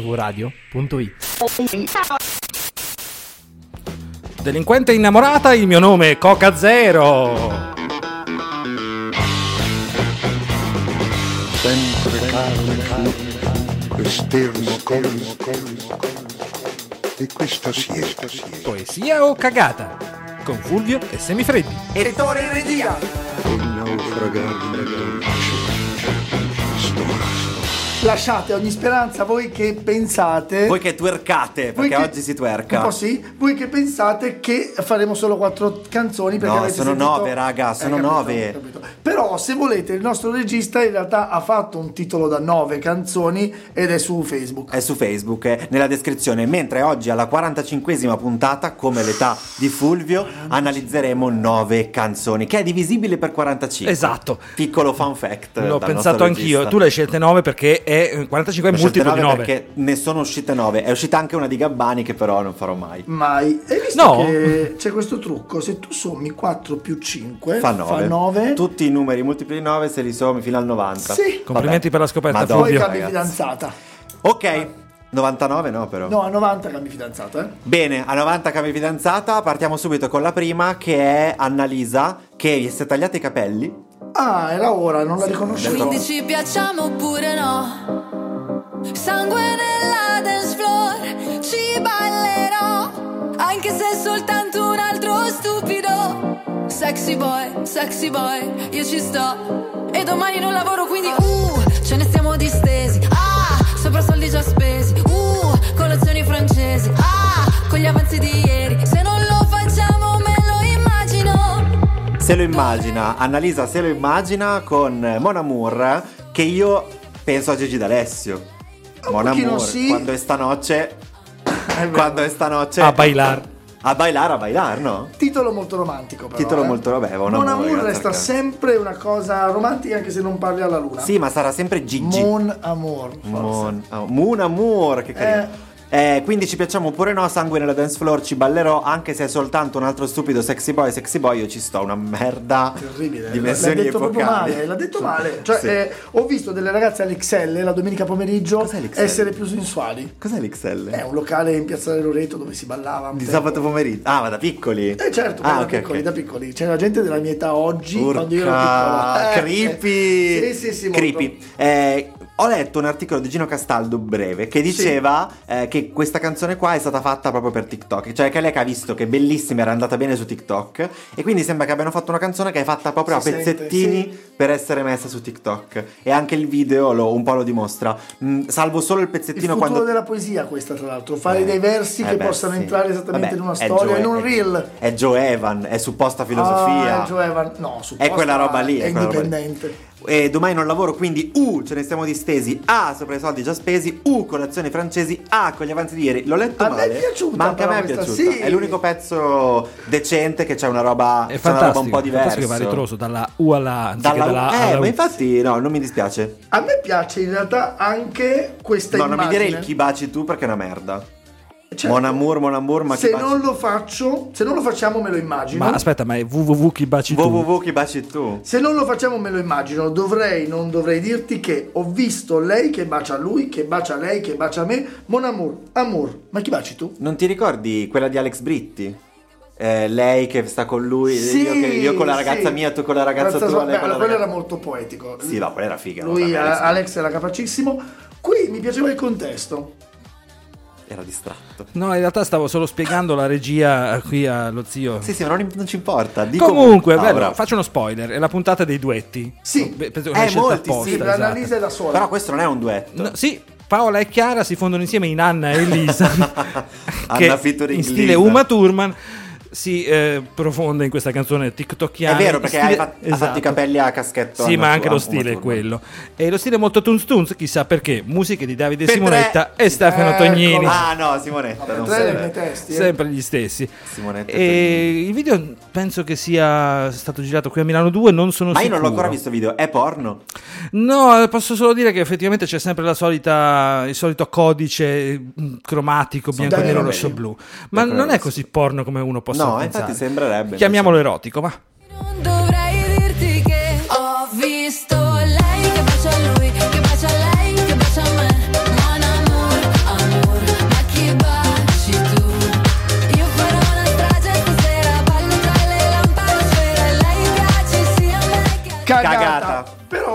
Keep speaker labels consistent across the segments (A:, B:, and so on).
A: mvradio.it
B: Delinquente innamorata, il mio nome è Coca Zero.
C: sempre calmo, esterno, colmo, colmo, e questa siesta, siesta,
B: Poesia o cagata? Con Fulvio e Semifreddi.
C: il naufragare la
D: Lasciate ogni speranza voi che
B: Eh,
D: pensate.
E: Voi che twercate,
D: voi
E: perché
D: che-
E: oggi si twerca.
D: Un po' sì. Voi che pensate che faremo solo quattro canzoni perché
E: No,
D: avete
E: sono
D: sentito- Eh,
E: nove, raga, sono
D: capito,
E: nove.
D: capito. Però se volete il nostro regista in realtà ha fatto un titolo da nove canzoni ed è su Facebook.
E: È su Facebook, eh, nella descrizione. Mentre oggi alla 45esima puntata, come l'età di Fulvio, analizzeremo nove canzoni, che è divisibile per 45.
B: Esatto.
E: Piccolo fun fact.
B: L'ho
E: dal nostro
B: pensato anch'io.
E: regista.
B: Tu le hai scelte 9 perché è eh, 45 è
E: Ne ho scelte
B: multiplo di
E: nove
B: 9.
E: Perché ne sono uscite nove. È uscita anche una di Gabbani, che però non farò mai.
D: Mai. Hai visto
B: No.
D: che c'è questo trucco? Se tu sommi 4 più 5
E: Fa 9.
D: nove,
E: Tutti i numeri multipli di 9 se li sommi fino al 90.
D: Sì.
B: Complimenti per la scoperta,
E: Madonna,
D: poi
B: Fulvio.
D: cambi
E: ragazzi.
D: fidanzata.
E: Ok, 99 no però.
D: No, a 90 cambi fidanzata, eh.
E: Bene, a 90 cambi fidanzata, partiamo subito con la prima che è Annalisa che gli si è tagliata i capelli.
D: Ah, era ora, non la riconoscevo.
F: Quindi ci piacciamo oppure no? Sangue nella dance floor, ci ballerò. Anche se è soltanto un altro stupido. Sexy boy, sexy boy, io ci sto. E domani non lavoro quindi, uh, ce ne stiamo distesi. Ah, sopra soldi già spesi. Uh, colazioni francesi. Ah, con gli avanzi di ieri. Se non lo facciamo, me lo immagino.
E: Se lo immagina, Annalisa se lo immagina con Mon Amour che io penso a Gigi D'Alessio. Mon
D: pochino
E: Amour,
D: sì.
E: quando è stanoce, quando è stanoce
B: A bailar.
E: A bailar, a bailar, no?
D: Titolo molto romantico, però.
E: Titolo
D: eh.
E: molto- vabbè, un
D: Mon
E: amore,
D: Amour
E: d'altro
D: resta
E: canto.
D: sempre una cosa romantica, anche se non parli alla luna.
E: Sì, ma sarà sempre Gigi.
D: Ah. Mon Amour. forse.
E: Mon, ah, Moon Amour, che carino. Eh, quindi ci piacciamo oppure no, sangue nella dance floor, ci ballerò anche se è soltanto un altro stupido sexy boy, sexy boy, io ci sto, una merda.
D: Terribile, l'ha
E: Dimensioni
D: detto proprio
E: epocali.
D: male, l'ha detto male. Cioè,
E: Sì.
D: eh, ho visto delle ragazze all'XL la domenica pomeriggio
E: Cos'è l'XL?
D: essere più sensuali.
E: Cos'è l'XL?
D: È un locale in Piazza del Loreto dove si ballava. un
E: Di
D: tempo.
E: sabato pomeriggio. Ah, ma da piccoli.
D: Eh certo,
E: ah,
D: da,
E: ok,
D: piccoli,
E: ok.
D: da piccoli. C'era gente della mia età oggi, quando io ero
E: Urca,
D: piccolo. Eh,
E: creepy.
D: eh, Sì, sì, sì, molto.
E: creepy. Eh, ho letto un articolo di Gino Castaldo breve che diceva eh, che questa canzone qua è stata fatta proprio per TikTok, cioè che lei che ha visto che bellissima era andata bene su TikTok e quindi sembra che abbiano fatto una canzone che è fatta proprio
D: Si
E: a
D: sente,
E: pezzettini
D: sì.
E: per essere messa su TikTok e anche il video lo- un po' lo dimostra. Mm, salvo solo il
D: Il
E: pezzettino
D: futuro
E: quando
D: della poesia questa, tra l'altro, fare
E: Eh,
D: dei versi
E: eh
D: che
E: beh,
D: possano
E: sì.
D: entrare esattamente
E: Vabbè,
D: in una
E: è
D: storia,
E: Joe-
D: in un
E: è-
D: reel.
E: È Joe Evan, è supposta filosofia.
D: Ah, Joe Evan- no, supposta,
E: è quella roba lì.
D: è
E: quella roba lì.
D: indipendente.
E: E domani non lavoro, quindi U ce ne stiamo distesi, A sopra i soldi già spesi, U colazioni francesi, A con gli avanzi di ieri. L'ho letto
D: A me è
E: male.
D: piaciuta
E: ma anche a
D: però
E: me è
D: questa,
E: piaciuta.
D: sì.
E: È l'unico pezzo decente che c'è una roba,
B: È
E: c'è una roba
B: fantastico.
E: un po' diversa.
B: Fantastico che va a ritroso dalla U alla A, anziché
E: Dalla
B: dalla,
E: U-
B: A
E: eh,
B: alla U.
E: ma infatti no, non mi dispiace.
D: A me piace in realtà anche questa
E: No, non mi
D: immagine.
E: direi il chi baci tu perché è una merda.
D: Certo.
E: Mon amour, mon amour, ma
D: se
E: chi baci
D: non lo faccio, se non lo facciamo me lo immagino.
B: Ma aspetta, ma è www chi baci tu?
E: www chi baci tu.
D: se non lo facciamo me lo immagino, dovrei, non dovrei dirti che ho visto lei che bacia lui, che bacia lei, che bacia me. Mon amour, amour, ma chi baci tu?
E: Non ti ricordi quella di Alex Britti? Eh, lei che sta con lui,
D: Sì,
E: io, che- io con la ragazza
D: sì.
E: mia, tu con la ragazza tua.
D: sua-
E: lei
D: beh,
E: con la
D: quello
E: ragazza-
D: era molto poetico.
E: Sì, no, quella era figa. no,
D: Lui, eh,
E: vabbè,
D: Alex.
E: Alex
D: era capacissimo. Qui mi piaceva il contesto.
E: Era distratto.
B: No, in realtà stavo solo spiegando la regia qui allo zio.
E: Sì, sì, ma non, non ci importa. Dico
B: Comunque,
E: Ah,
B: bello,
E: bravo.
B: faccio uno spoiler, è la puntata dei duetti.
D: Sì.
B: Beh, penso
E: Eh,
B: che una scelta
E: molti, sì,
B: apposta,
D: Sì,
E: esatto.
D: l'analisi è da sola.
E: Però questo non è un duetto.
B: No, sì, Paola e Chiara si fondono insieme in Anna e Elisa,
E: Anna
B: che
E: featuring
B: in stile
E: Lisa.
B: Uma Thurman si eh, profonde in questa canzone tiktokkiana.
E: È vero,
B: in
E: perché
B: stile- esatto.
E: hai fat- ha fatto i capelli a caschetto
B: Sì,
E: Anna
B: ma anche
E: Thur-
B: lo
E: Uma
B: stile è
E: Thurman.
B: quello. E lo stile è molto Tunz Tunz, chissà perché. Musiche di Davide
E: Per
B: Simonetta
E: tre-
B: e Stefano Tognini.
E: Ah, no, Simonetta. Non
D: Tre
E: serve.
D: dei miei testi. eh.
B: Sempre gli stessi.
E: Simonetta e
B: E il video penso che sia stato girato qui a Milano 2, non sono
E: Ma io
B: sicuro.
E: non l'ho ancora visto video. È porno?
B: No, eh, posso solo dire che effettivamente c'è sempre la solita, il solito codice mm, cromatico bianco,
D: dai,
B: nero,
D: vabbè.
B: rosso, blu. Ma
E: Bianco,
B: non
E: nero,
B: è
E: rosso.
B: così porno come uno possa
E: No,
B: pensare.
E: infatti sembrerebbe.
B: Chiamiamolo erotico, ma
F: Non dovrei dirti che ho visto lei che bacia lui, che bacia lei, che bacia me. Mon amour,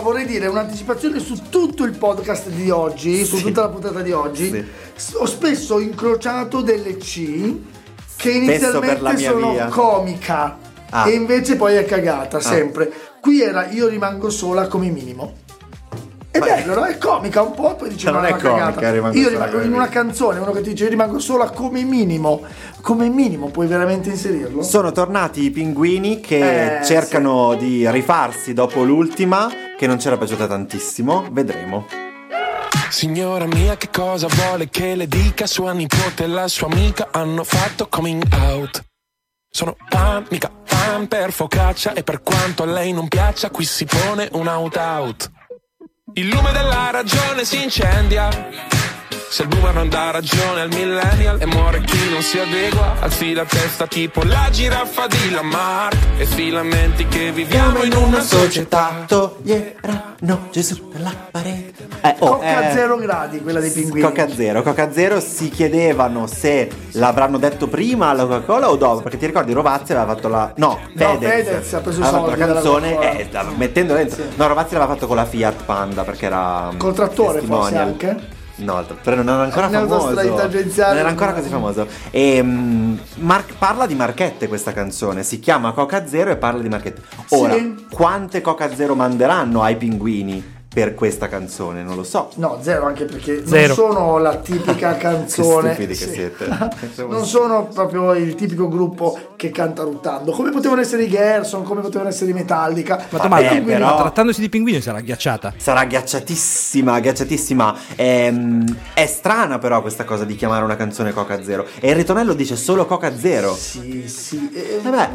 D: vorrei dire un'anticipazione su tutto il podcast di oggi, su
E: Sì.
D: tutta la puntata di oggi.
E: Sì.
D: S- Ho spesso incrociato delle C che
E: per la
D: inizialmente
E: mia
D: sono
E: via.
D: comica
E: Ah.
D: e invece poi è cagata sempre. Qui era io rimango sola come minimo. È
E: Beh.
D: bello, no? È comica un po', poi dice
E: Ma
D: no,
E: Cioè, non
D: è
E: è
D: una cagata.
E: comica, rimango
D: Io
E: sola
D: rimango
E: come
D: in una
E: minimo.
D: canzone, uno che ti dice io rimango sola come minimo. Come minimo puoi veramente inserirlo?
E: Sono tornati i pinguini che
D: Eh,
E: cercano di rifarsi dopo l'ultima, che non c'era piaciuta tantissimo. Vedremo.
A: Signora mia, che cosa vuole che le dica? Sua nipote e la sua amica hanno fatto coming out. Sono pan, mica pan per focaccia e per quanto a lei non piaccia, qui si pone un out out. Il lume della ragione si incendia. Se il boomer non dà ragione al millennial e muore chi non si adegua, alzi la testa tipo la giraffa di Lamarck e si lamenti che viviamo in una società.
E: toglieranno Gesù dalla parete. Eh, oh,
D: Cocca
E: eh,
D: zero gradi quella dei pinguini.
E: Coca Zero, Coca Zero si chiedevano se l'avranno detto prima alla Coca-Cola o dopo, perché ti ricordi Rovazzi aveva fatto la... No, Fedez,
D: Fedez ha preso i
E: aveva fatto
D: soldi
E: la
D: dalla Coca-Cola.
E: canzone eh, da- mettendo dentro... No, Rovazzi l'aveva fatto con la Fiat Panda perché era... mm,
D: Col trattore forse
E: testimonial.
D: anche?
E: No, il trattore non era ancora
D: Nella
E: famoso.
D: nostra tangenziale.
E: Non era ancora così famoso. E, mm, Mark- parla di marchette questa canzone, si chiama Coca Zero e parla di marchette. Ora,
D: Sì.
E: quante Coca Zero manderanno ai pinguini? Per questa canzone, non lo so.
D: No, zero anche perché
B: Zero.
D: non sono la tipica canzone.
E: Che stupidi che
D: Sì.
E: siete.
D: non sono proprio il tipico gruppo che canta ruttando. Come potevano essere i Gerson, come potevano essere i Metallica.
B: Ma, domanda,
E: Eh,
B: quindi,
E: però-
B: ma trattandosi di pinguini sarà ghiacciata.
E: Sarà ghiacciatissima, ghiacciatissima. Ehm, è strana però questa cosa di chiamare una canzone Coca Zero. E il ritornello dice solo Coca Zero.
D: Sì, sì. eh,
E: Vabbè.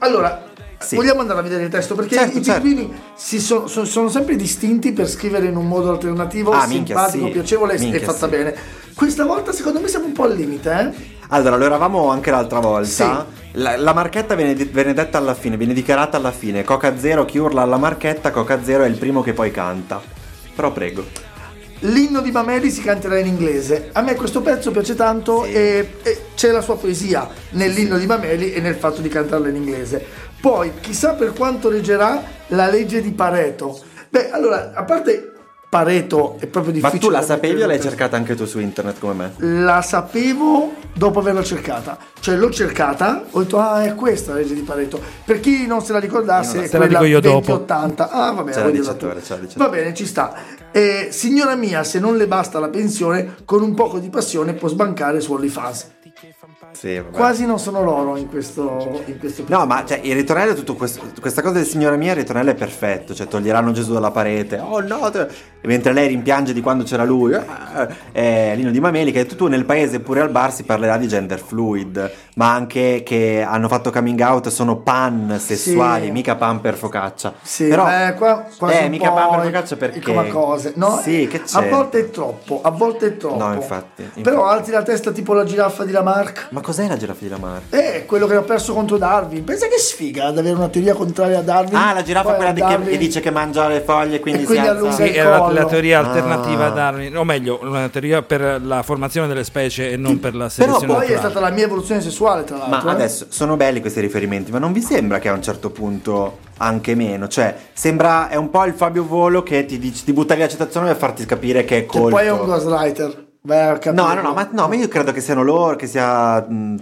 D: Allora,
E: Sì.
D: vogliamo andare a vedere il testo perché
E: Certo,
D: i
E: certo.
D: pinguini si sono, sono- sono sempre distinti per scrivere in un modo alternativo,
E: Ah, minchia,
D: simpatico,
E: sì.
D: piacevole e-
E: Minchia,
D: e fatta
E: sì.
D: bene. Questa volta secondo me siamo un po' al limite, eh?
E: Allora, lo eravamo anche l'altra volta. La, la marchetta viene, di- viene detta alla fine, viene dichiarata alla fine. Coca Zero chi urla alla marchetta, Coca Zero è il primo che poi canta. Però prego.
D: L'inno di Mameli si canterà in inglese. A me questo pezzo piace tanto e, e c'è la sua poesia nell'inno di Mameli e nel fatto di cantarla in inglese. Poi, chissà per quanto leggerà la legge di Pareto. Beh, allora, a parte Pareto è proprio
E: Ma
D: difficile.
E: tu la
D: da
E: sapevi
D: mettere
E: o l'hai
D: in testa.
E: cercata anche tu su internet come me?
D: La sapevo dopo averla cercata. Cioè, l'ho cercata, ho detto, ah, è questa la legge di Pareto. Per chi non se la ricordasse,
E: Io
D: è
B: Te la
D: quella
B: dico io dopo.
D: 80 Ah, va bene,
E: Ce la
D: voglio
E: dici
D: da tu.
E: tu, ora, ce la dici
D: Va
E: tu.
D: bene, ci sta. Eh, signora mia, se non le basta la pensione, con un poco di passione può sbancare su OnlyFans.
E: Sì, vabbè.
D: Quasi non sono loro in questo, in questo
E: No, ma cioè, il ritornello è tutto questo. Questa cosa del signora mia, il ritornello è perfetto. Cioè, toglieranno Gesù dalla parete. Oh no! te- e mentre lei rimpiange di quando c'era lui. ah, eh, Lino di Mameli, che ha detto tu nel paese pure al bar si parlerà di gender fluid. Ma anche che hanno fatto coming out sono pansessuali,
D: Sì.
E: mica pan per focaccia.
D: Sì,
E: Però,
D: eh, qua, qua sono
E: eh, mica
D: un
E: pan
D: po'
E: per
D: i-
E: focaccia perché.
D: i comacose. No, eh,
E: Sì, che c'è?
D: A volte è troppo, a volte è troppo.
E: No, infatti, infatti.
D: Però alzi la testa tipo la giraffa di Lamarck.
E: Ma cos'è la giraffa di Lamarck?
D: Eh, quello che ha perso contro Darwin. Pensa che sfiga ad avere una teoria contraria a Darwin.
E: Ah, la giraffa è
D: Poi
E: quella
D: a
E: di che,
D: Darwin-
E: che dice che mangia le foglie quindi
D: E quindi
E: si
D: allunga
E: alza.
B: Sì,
D: il
B: era la,
D: collo.
B: la teoria
E: Ah.
B: alternativa a Darwin, o meglio, una teoria per la formazione delle specie e non per la
E: Però
B: selezione
D: Poi è
B: naturale.
D: stata la mia evoluzione sessuale, tra
E: Ma
D: l'altro. eh.
E: adesso sono belli questi riferimenti, ma non vi sembra che a un certo punto anche meno? Cioè, sembra è un po' il Fabio Volo che ti, dice- ti butta via la citazione per farti capire che è
D: Che
E: colto.
D: Cioè, poi è un ghostwriter. Vai a capirlo.
E: No, no, no, ma, no, ma io credo che siano loro, che sia mm,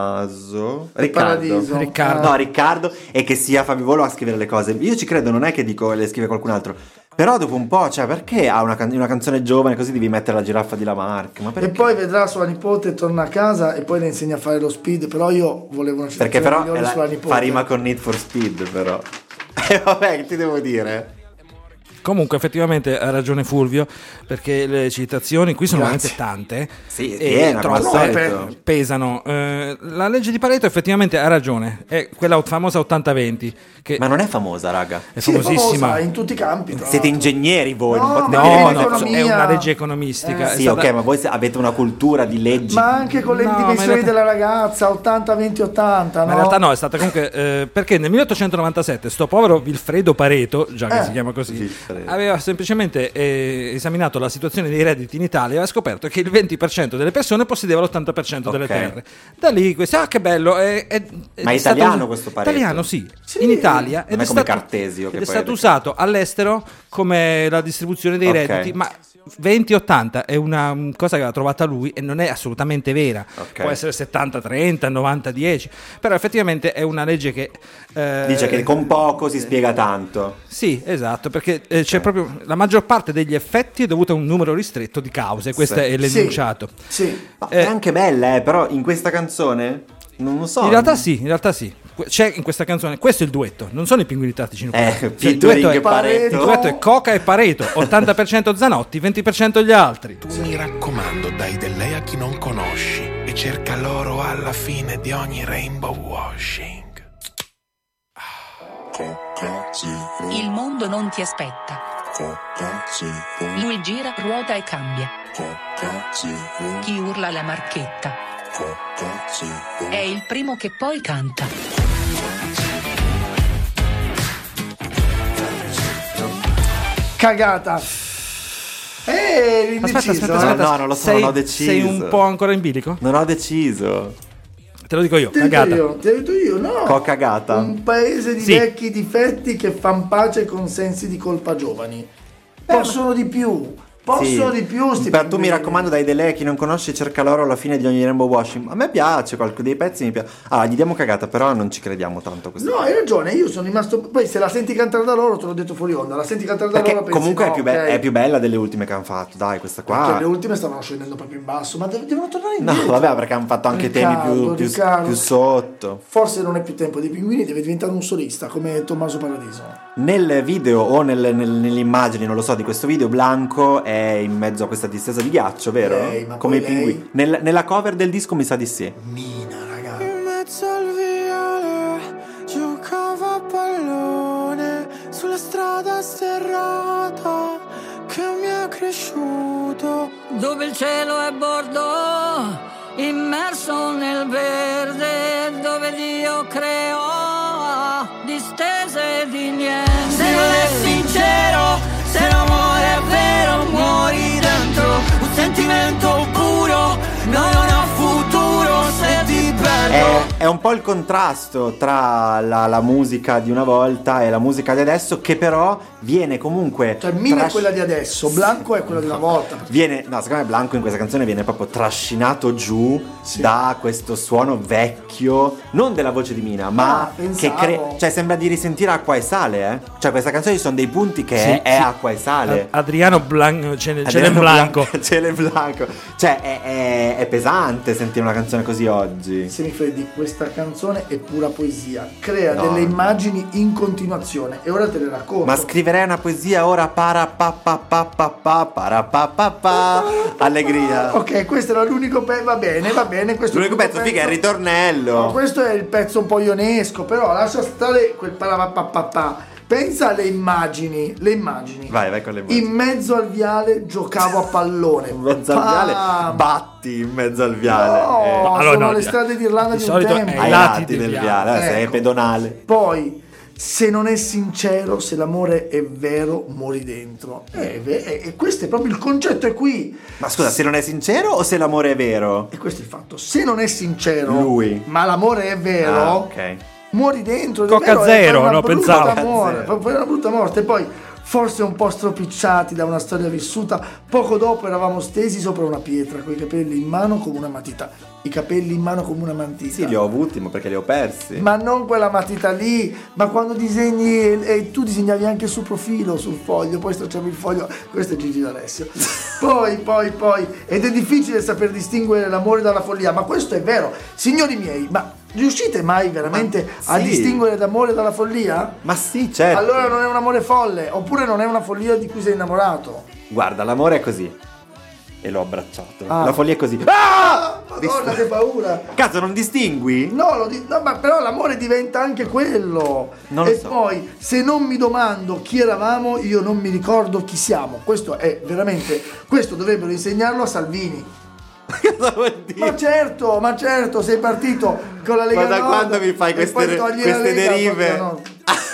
E: Tommaso,
D: Paradiso.
E: Riccardo,
B: Riccardo.
E: no, Riccardo e che sia Fabio Volo a scrivere le cose. Io ci credo, non è che dico le scrive qualcun altro. Però dopo un po', cioè, perché a una, can- una canzone giovane così devi mettere la giraffa di Lamarck? Ma perché?
D: E poi vedrà sua nipote, torna a casa e poi le insegna a fare lo speed. Però io volevo una
E: Perché
B: Cioè,
D: citazione
E: però
D: migliore
E: è la-
D: sulla nipote.
E: fa rima con Need for Speed, però. E vabbè, che ti devo dire?
B: Comunque, effettivamente ha ragione Fulvio, perché le citazioni qui sono
E: Grazie.
B: veramente tante.
E: Sì, è
B: e
E: piena, come al
B: troppe,
E: solito.
B: pe- pesano. Eh, la legge di Pareto, effettivamente, ha ragione. È quella famosa 80-20, che
E: Ma non è famosa, raga.
B: è
D: Sì, è famosa
B: famosissima.
D: in tutti i campi. tra
E: Siete
D: l'altro.
E: ingegneri voi, non
D: No,
E: potete
D: ma
E: dire
B: No,
D: è
E: che
B: no,
E: sono-
D: l'economia.
B: è una legge economistica. È
E: Eh, Sì,
B: stata-
E: ok, ma voi se- avete una cultura di leggi.
D: Ma anche con le
B: No, ma in
D: dimensioni
B: realtà-
D: della ragazza, 80-20-80.
B: Ma in realtà no, è stata comunque eh, perché nel 1897 sto povero Vilfredo Pareto, già che
D: Eh.
B: si chiama così,
E: Vilfredo. essere...
B: Aveva semplicemente eh, esaminato la situazione dei redditi in Italia e aveva scoperto che il 20% delle persone possedeva l'80% delle
E: Ok.
B: terre. Da lì questi, ah che bello! È, è- è
E: Ma è
B: stato-
E: italiano questo pareto?
B: Italiano, sì.
D: Sì.
B: In Italia.
E: Non è come Cartesio, che
B: ed è
E: poi
B: stato
E: ha detto-
B: usato all'estero come la distribuzione dei
E: Ok.
B: redditi, ma 20-80 è una mm, cosa che aveva trovata lui e non è assolutamente vera.
E: Ok.
B: Può essere 70-30, 90-10, però effettivamente è una legge che... eh,
E: Dice che con poco si spiega tanto.
B: sì, esatto, perché eh, c'è proprio la maggior parte degli effetti è dovuta a un numero ristretto di cause, questo
E: Sì.
B: è
D: Sì.
B: l'enunciato.
D: Sì.
E: Ma
B: Eh.
E: è anche bella, eh, però in questa canzone non lo so.
B: In realtà sì, in realtà sì. Que- C'è in questa canzone, questo è il duetto, non sono i pinguini tattici nucleari.
E: Eh,
B: Cioè, il, duetto
E: featuring
B: è,
E: e Pareto.
B: il duetto è Coca e Pareto, 80% Zanotti, 20% gli altri.
A: Tu mi raccomando, dai del lei a chi non conosci e cerca l'oro alla fine di ogni rainbow washing.
G: Il mondo non ti aspetta. Lui gira, ruota e cambia. Chi urla la marchetta. È il primo che poi canta.
D: Cagata. Eh,
B: Aspetta,
D: l'indeciso.
B: aspetta,
D: eh.
B: aspetta.
E: No, non lo so,
B: sei,
E: non ho deciso.
B: sei un po' ancora in bilico?
E: Non ho deciso.
B: Te lo dico io,
D: Ti ho detto
B: cagata.
D: io, ti ho detto io, no.
E: Coca gata.
D: Un paese di
B: Sì.
D: vecchi difetti che fan pace con sensi di colpa giovani. Possono di più. Possono
E: Eh, Sì.
D: di più sti
E: Per tu mi
D: bambini.
E: raccomando, dai delle chi non conosce, cerca loro alla fine di ogni Rainbow Washing. A me piace, qualcuno dei pezzi mi piace. Ah, gli diamo cagata, però non ci crediamo tanto a questo.
D: No, hai ragione, io sono rimasto. Poi se la senti cantare da loro, te l'ho detto fuori onda. La senti cantare da
E: Perché
D: loro pensi,
E: comunque
D: no,
E: è, più be-
D: ok.
E: è più bella delle ultime che hanno fatto. Dai, questa
D: Cioè,
E: qua.
D: le ultime stavano scendendo proprio in basso, ma de- devono tornare
E: No,
D: indietro.
E: vabbè, perché hanno fatto anche temi
D: Riccardo,
E: più, più-
D: Riccardo.
E: più sotto.
D: Forse non è più tempo dei pinguini, deve diventare un solista come Tommaso Paradiso.
E: Nel video o nel- nel- nelle immagini, non lo so, di questo video, Blanco è in mezzo a questa distesa di ghiaccio, vero?
D: Lei, ma
E: Come i
D: poi lei?
E: pinguini. Nel- nella cover del disco mi sa di sì.
D: Mina, raga.
H: In mezzo al viale giocava a pallone sulla strada sterrata che mi ha cresciuto.
G: Dove il cielo è bordo, immerso nel verde, dove Dio creò distese di niente. Se non è sincero, se l'amore è vero, muori dentro. Un sentimento puro, no, non ha futuro se ti perdo.
E: È, è un po' il contrasto tra la, la musica di una volta e la musica di adesso, che però viene comunque.
D: Cioè, Mina è
E: tras-
D: quella di adesso, Blanco è quella della volta.
E: Viene, no, secondo me Blanco in questa canzone viene proprio trascinato giù da questo suono vecchio, non della voce di Mina, ma
D: Ah,
E: che
D: pensavo.
E: cre- cioè sembra di risentire acqua e sale, eh. Cioè questa canzone ci sono dei punti che
B: Sì,
E: è, è
B: sì.
E: acqua e sale.
B: A- Adriano Blanco, ce n'è
E: Adriano
B: Blanco.
E: Cele Blanco. Cioè è, è- è pesante sentire una canzone così oggi.
D: Semifreddi, questa canzone è pura poesia, crea
E: No.
D: delle immagini in continuazione e ora te le racconto.
E: Ma scriverei una poesia ora para pa pa pa pa pa para pa pa pa Allegria
D: ok, questo era l'unico pezzo, va bene, va bene. Questo
E: L'unico pezzo figa è il
D: No,
E: ritornello
D: questo è il pezzo un po' ionesco, però lascia stare quel parapapapapà. Pensa alle immagini, le immagini.
E: Vai vai con le
D: In
E: mani
D: mezzo al viale giocavo a pallone.
E: In mezzo al viale eh.
D: Pam!
E: Batti in mezzo al
D: No,
E: viale
B: allora
D: sono
B: no,
D: le
B: di-
D: strade d'Irlanda
B: di
D: di, un
B: solito è
D: tempo.
E: Eh,
B: ai
E: Ai
B: lati
E: lati
B: del
E: del
B: viale.
E: viale eh, Sei
D: Ecco.
E: pedonale
D: Poi, se non è sincero, se l'amore è vero, muori dentro. Eh, ve- E e questo è proprio il concetto, è qui.
E: Ma scusa se non è sincero o se l'amore è vero?
D: E questo è il fatto. Se non è sincero,
E: Lui.
D: ma l'amore è vero,
E: Ah, ok
D: muori dentro. è
B: Coca
D: vero, è
B: zero,
D: una
B: no,
D: brutta
B: pensavo.
D: Amore,
E: Coca zero.
D: proprio una brutta morte. E poi, forse un po' stropicciati da una storia vissuta, poco dopo eravamo stesi sopra una pietra, con i capelli in mano come una matita. I capelli in mano come una matita.
E: Sì li ho avuti ma perché li ho persi
D: Ma non quella matita lì, ma quando disegni e, e tu disegnavi anche sul profilo, sul foglio, poi stracciavi il foglio. Questo è Gigi D'Alessio. Poi, poi, poi. Ed è difficile saper distinguere l'amore dalla follia, ma questo è vero. Signori miei, ma riuscite mai veramente
E: Ma
D: a
E: sì.
D: distinguere l'amore dalla follia?
E: Ma sì certo
D: Allora non è un amore folle, oppure non è una follia di cui sei innamorato.
E: Guarda l'amore è così E l'ho abbracciato
D: Ah.
E: La follia è così
D: Ah! Madonna, che paura!
E: Cazzo non distingui?
D: No, lo di- no, ma però l'amore diventa anche quello.
E: Non lo
D: e
E: so.
D: poi, se non mi domando chi eravamo, io non mi ricordo chi siamo. Questo è veramente. Questo dovrebbero insegnarlo a Salvini.
E: Cosa vuol dire?
D: Ma certo, ma certo, sei partito con la Lega
E: Ma da
D: Nord
E: quando mi fai
D: e
E: queste,
D: poi togli la
E: queste
D: Lega,
E: derive?
D: proprio no.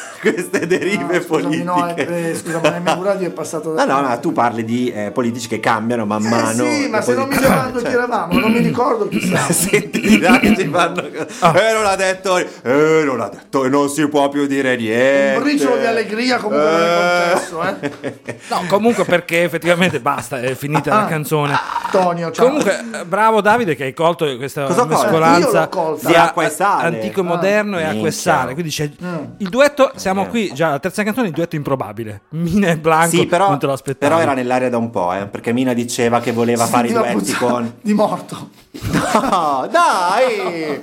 E: queste derive
D: Ah,
E: politiche.
D: scusami, no, eh, eh, scusa, ma nel mio radio è passato
E: No,
D: da...
E: no, ma tu parli di eh, politici che cambiano man
D: eh
E: mano.
D: sì, ma
E: le
D: se non mi
E: politi-
D: domando chi eravamo, non mi ricordo chi siamo.
E: Senti di là che ci fanno.
B: Ah.
E: Eh, non ha detto. Eh, non ha detto. E non si può più dire niente.
D: Un briciolo di allegria comunque non è
E: Eh.
D: concesso, eh.
B: No, comunque perché effettivamente basta, è finita
D: Ah.
B: la canzone.
D: Tonio, ciao.
B: Comunque, eh, bravo Davide che hai colto questa
E: Cosa ho colto?
D: Io l'ho
B: mescolanza
D: colta. Ah.
E: Di acqua e sale.
B: antico e moderno e acqua e
E: Minchia.
B: sale. Quindi c'è
D: Mm.
B: il duetto, siamo qui già alla terza canzone, il duetto improbabile. Mina e Blanco,
E: Sì, però,
B: non te lo aspettavi.
E: però era nell'aria da un po', eh, perché Mina diceva che voleva fare i
D: Sentiva
E: duetti
D: puzzare
E: con.
D: di morto.
E: No, dai!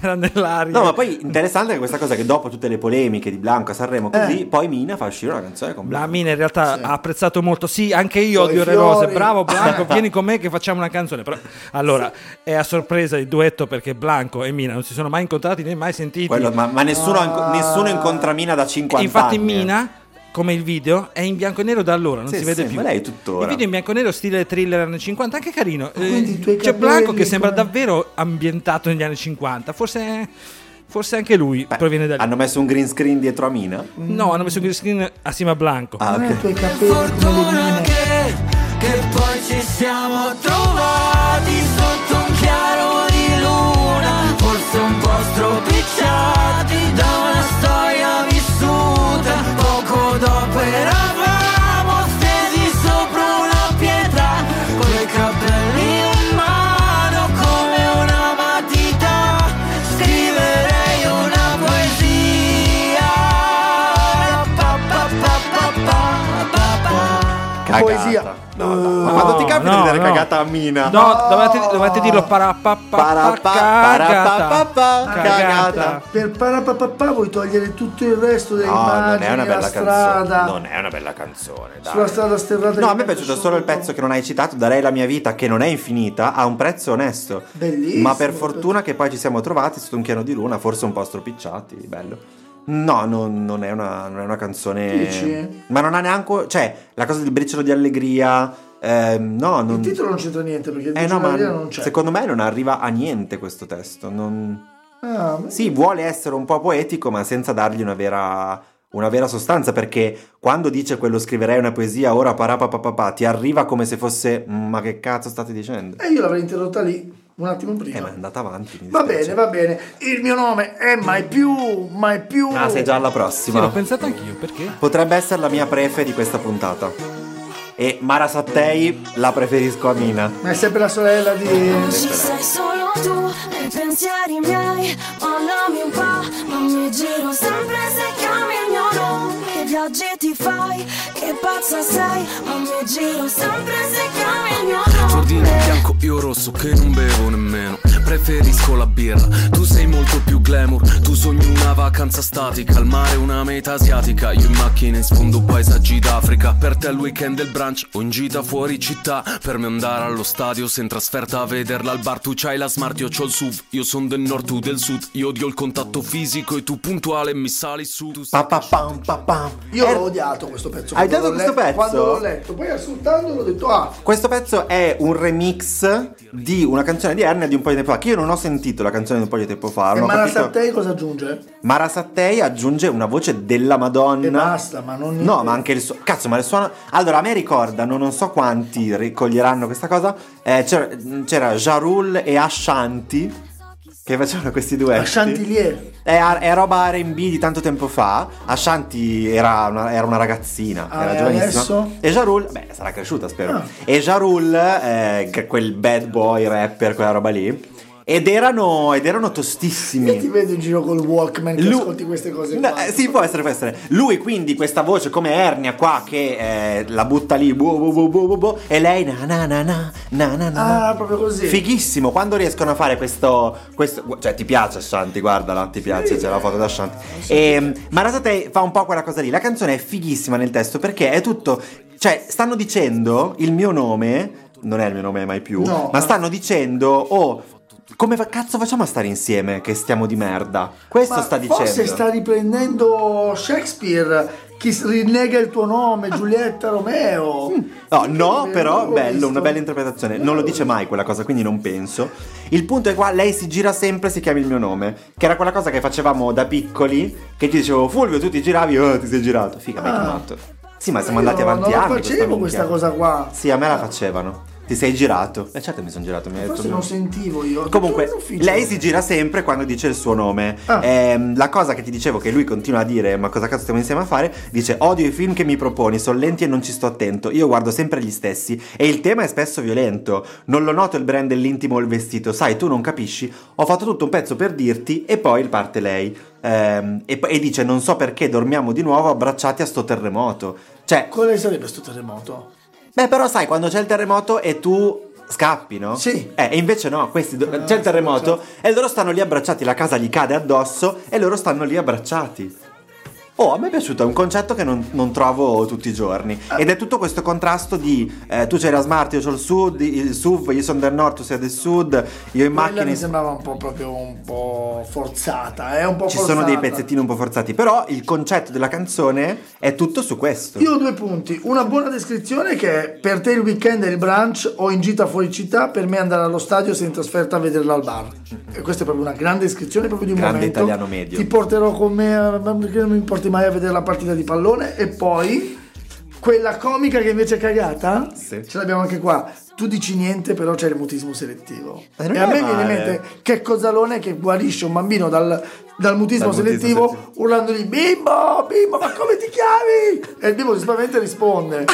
B: Era nell'aria.
E: No, ma poi interessante è questa cosa che dopo tutte le polemiche di Blanco a Sanremo,
D: Eh.
E: così, poi Mina fa uscire una canzone con
B: La
E: Blanco.
B: Mina in realtà ha apprezzato molto. Sì, anche io
D: Poi
B: odio le
D: fiori.
B: rose. Bravo Blanco, vieni con me che facciamo una canzone. Però, allora, è a sorpresa il duetto perché Blanco e Mina non si sono mai incontrati né mai sentiti.
E: Quello- ma ma nessuno,
D: Ah.
E: nessuno incontra Mina da 50
B: Infatti
E: anni. eh.
B: Mina, come il video, è in bianco e nero da allora, non
E: Sì,
B: si vede
E: sì,
B: più.
E: ma lei è tuttora.
B: Il video in bianco e nero stile thriller anni 50, anche carino. Eh,
D: quindi i tuoi
B: C'è
D: capelli
B: Blanco che sembra
D: come-
B: davvero ambientato negli anni 50, forse... forse anche lui
E: Beh,
B: proviene da lì.
E: Hanno messo un green screen dietro a Mina.
B: No, hanno messo green screen assieme a Blanco.
E: Ah,
D: Non è i
E: ok.
D: tuoi capelli come le
G: Fortuna
D: mine.
G: che, che poi ci siamo trovati sotto un chiaro di luna, forse un po' stropicciati da una storia vissuta. Poco dopo eravamo stesi sopra una pietra, coi capelli in mano come una matita. Scriverei una poesia. Pa, pa, pa, pa, pa, pa, pa.
E: Cagata.
D: Poesia.
E: No, no. Ma quando ti capita
B: no,
E: di dare
B: no.
E: cagata a Mina?
B: No, dovete, dovete dirlo parapappa
E: Parappa- parapappa-
B: cagata.
E: cagata.
D: Per parapapapà vuoi togliere tutto il resto delle
E: No, non è
D: immagini,
E: una
D: la
E: bella
D: strada,
E: canzone. Non è una bella canzone. Dai.
D: sulla strada sterrata.
E: No, a me è piaciuto solo il pezzo che non hai citato, Darei la mia vita, che non è infinita, ha un prezzo onesto.
D: Bellissimo.
E: Ma per fortuna che poi ci siamo trovati sotto un piano di luna, forse un po' stropicciati, bello. No, non, non è, una, non è una canzone...
D: Dici?
E: Ma non ha neanche... Cioè, la cosa del briciolo di allegria... ehm, no, non...
D: Il titolo non c'entra niente perché il
E: Eh no, ma
D: non c'è.
E: secondo me non arriva a niente questo testo. Non...
D: Ah, ma-
E: Sì, vuole essere un po' poetico, ma senza dargli una vera, una vera sostanza, perché quando dice quello scriverei una poesia, ora parapapapà, ti arriva come se fosse "Mm, ma che cazzo state dicendo?
D: Eh, io l'avrei interrotta lì un attimo prima.
E: Eh, ma è andata avanti. mi
D: Va
E: dispiace.
D: bene, va bene. Il mio nome è mai più, mai più.
E: Ah, sei già alla
B: Sì, l'ho
E: prossima.
B: pensato anch'io, perché?
E: Potrebbe essere la mia prefe di questa puntata. E Mara Sattei la preferisco a Mina.
D: Ma è sempre la sorella di.
F: Ci sei solo tu nei pensieri miei, parlami un po', non mi giro sempre se chiami il mio nome. Che viaggi ti fai, che pazza sei, non mi giro sempre se chiami il mio nome.
I: Giordino bianco, io rosso che non bevo nemmeno Preferisco la birra, tu sei molto più glamour Tu sogni una vacanza statica, al mare una meta asiatica Io in macchina in sfondo paesaggi d'Africa Per te il weekend del brunch o in gita fuori città Per me andare allo stadio, se in trasferta a vederla al bar Tu c'hai la smart, io c'ho il SUV Io son del nord, tu del sud Io odio il contatto fisico e tu puntuale mi sali su Tu sai
E: Pa, pa, pam, pa, pam.
D: Io
E: Eh,
D: l'ho odiato questo pezzo.
E: Hai
D: quando
E: odiato
D: l'ho
E: questo
D: letto-
E: pezzo?
D: Quando l'ho letto, poi ascoltandolo ho detto, ah,
E: Questo pezzo è un remix di una canzone di Ernia di un po' di tempo fa, che io non ho sentito la canzone di un po' di tempo fa.
D: e
E: non ho
D: Mara
E: capito-
D: Sattei cosa aggiunge?
E: Mara Sattei aggiunge una voce della Madonna.
D: E basta, ma non-
E: No, ma anche il suo. Cazzo, ma il suono. Allora, a me ricordano, non so quanti ricoglieranno questa cosa. eh, c'era, c'era Jarul e Ashanti che facevano questi duetti.
D: La Chantilier.
E: È, è roba RB di tanto tempo fa. Ashanti era una, era una ragazzina,
D: Ah,
E: era
D: e
E: giovanissima.
D: adesso?
E: E Jarul, beh, sarà cresciuta spero.
D: Ah.
E: E Jarul, eh, che- quel bad boy rapper, quella roba lì. Ed erano, ed erano tostissimi.
D: Ti vedo in giro col Walkman che
E: Lu-
D: ascolti queste cose
E: No,
D: qua.
E: eh, sì, può essere, può essere. Lui, quindi, questa voce come Ernia qua che eh, la butta lì, boh, boh, boh, boh, boh, boh, e lei na na na na na na na.
D: Ah, proprio così.
E: Fighissimo, quando riescono a fare questo, questo- Cioè, ti piace Shanti, guardala, ti piace, c'è la foto da Shanti. E, ma Rasate fa un po' quella cosa lì. La canzone è fighissima nel testo perché è tutto. Cioè, stanno dicendo il mio nome. Non è il mio nome mai più.
D: No.
E: ma stanno dicendo, oh, come fa- cazzo facciamo a stare insieme che stiamo di merda? Questo
D: Ma
E: sta dicendo.
D: Forse sta riprendendo Shakespeare chi s- rinnega il tuo nome, Giulietta Romeo.
E: Ah. No, no,
D: Sì,
E: però
D: l'ho
E: bello,
D: visto.
E: una bella interpretazione. Non lo dice mai quella cosa, quindi non penso. Il punto è qua, lei si gira sempre, si chiama il mio nome, che era quella cosa che facevamo da piccoli, che ti dicevo "Fulvio, tu ti giravi, oh, ti sei girato". Figa, mi hai
D: Ah.
E: chiamato. Sì, ma siamo
D: Io
E: andati avanti
D: non
E: anni
D: la
E: questa
D: facevo questa,
E: minchia.
D: cosa qua.
E: Sì, a me la facevano. Ti sei girato? Eh certo mi sono girato, mi hai detto.
D: Forse non sentivo io.
E: Comunque,
D: Tu in ufficio.
E: lei si gira sempre quando dice il suo nome.
D: Ah.
E: Ehm, la cosa che ti dicevo che lui continua a dire, ma cosa cazzo stiamo insieme a fare? Dice: Odio i film che mi proponi, sono lenti e non ci sto attento. Io guardo sempre gli stessi. E il tema è spesso violento. Non lo noto il brand dell'intimo o il vestito. Sai, tu non capisci. Ho fatto tutto un pezzo per dirti, e poi parte lei. Ehm, e, p- e dice: Non so perché dormiamo di nuovo abbracciati a sto terremoto. Cioè,
D: Quale sarebbe sto terremoto?
E: Beh, però sai, quando c'è il terremoto e tu scappi, no?
D: Sì.
E: Eh, e invece no, questi do- c'è il terremoto e loro stanno lì abbracciati, la casa gli cade addosso e loro stanno lì abbracciati. Oh, a me è piaciuto, è un concetto che non, non trovo tutti i giorni. Ed è tutto questo contrasto di eh, tu c'hai la smart, io c'ho il sud, il SUV, io sono del nord, tu sei del sud, io in
D: Quella
E: macchina.
D: mi sembrava un po' proprio un po' forzata, eh, un po'
E: Ci
D: forzata.
E: sono dei pezzettini un po' forzati, però il concetto della canzone è tutto su questo.
D: Io ho due punti, una buona descrizione che è per te il weekend è il brunch o in gita fuori città, per me andare allo stadio se in trasferta a vederla al bar. E questa è proprio una grande descrizione proprio di un
E: Grande
D: momento.
E: italiano medio.
D: Ti porterò con me, a- ma perché non mi porti mai a vedere la partita di pallone e poi quella comica che invece è cagata,
E: Sì.
D: ce l'abbiamo anche qua. Tu dici niente, però c'è il mutismo selettivo.
E: Eh, non
D: e a
E: è
D: me viene in
E: male.
D: mente che cozzalone che guarisce un bambino dal, dal mutismo
E: Dal mutismo
D: selettivo
E: selettivo.
D: urlandogli bimbo bimbo ma come ti chiami e il bimbo si spaventa e risponde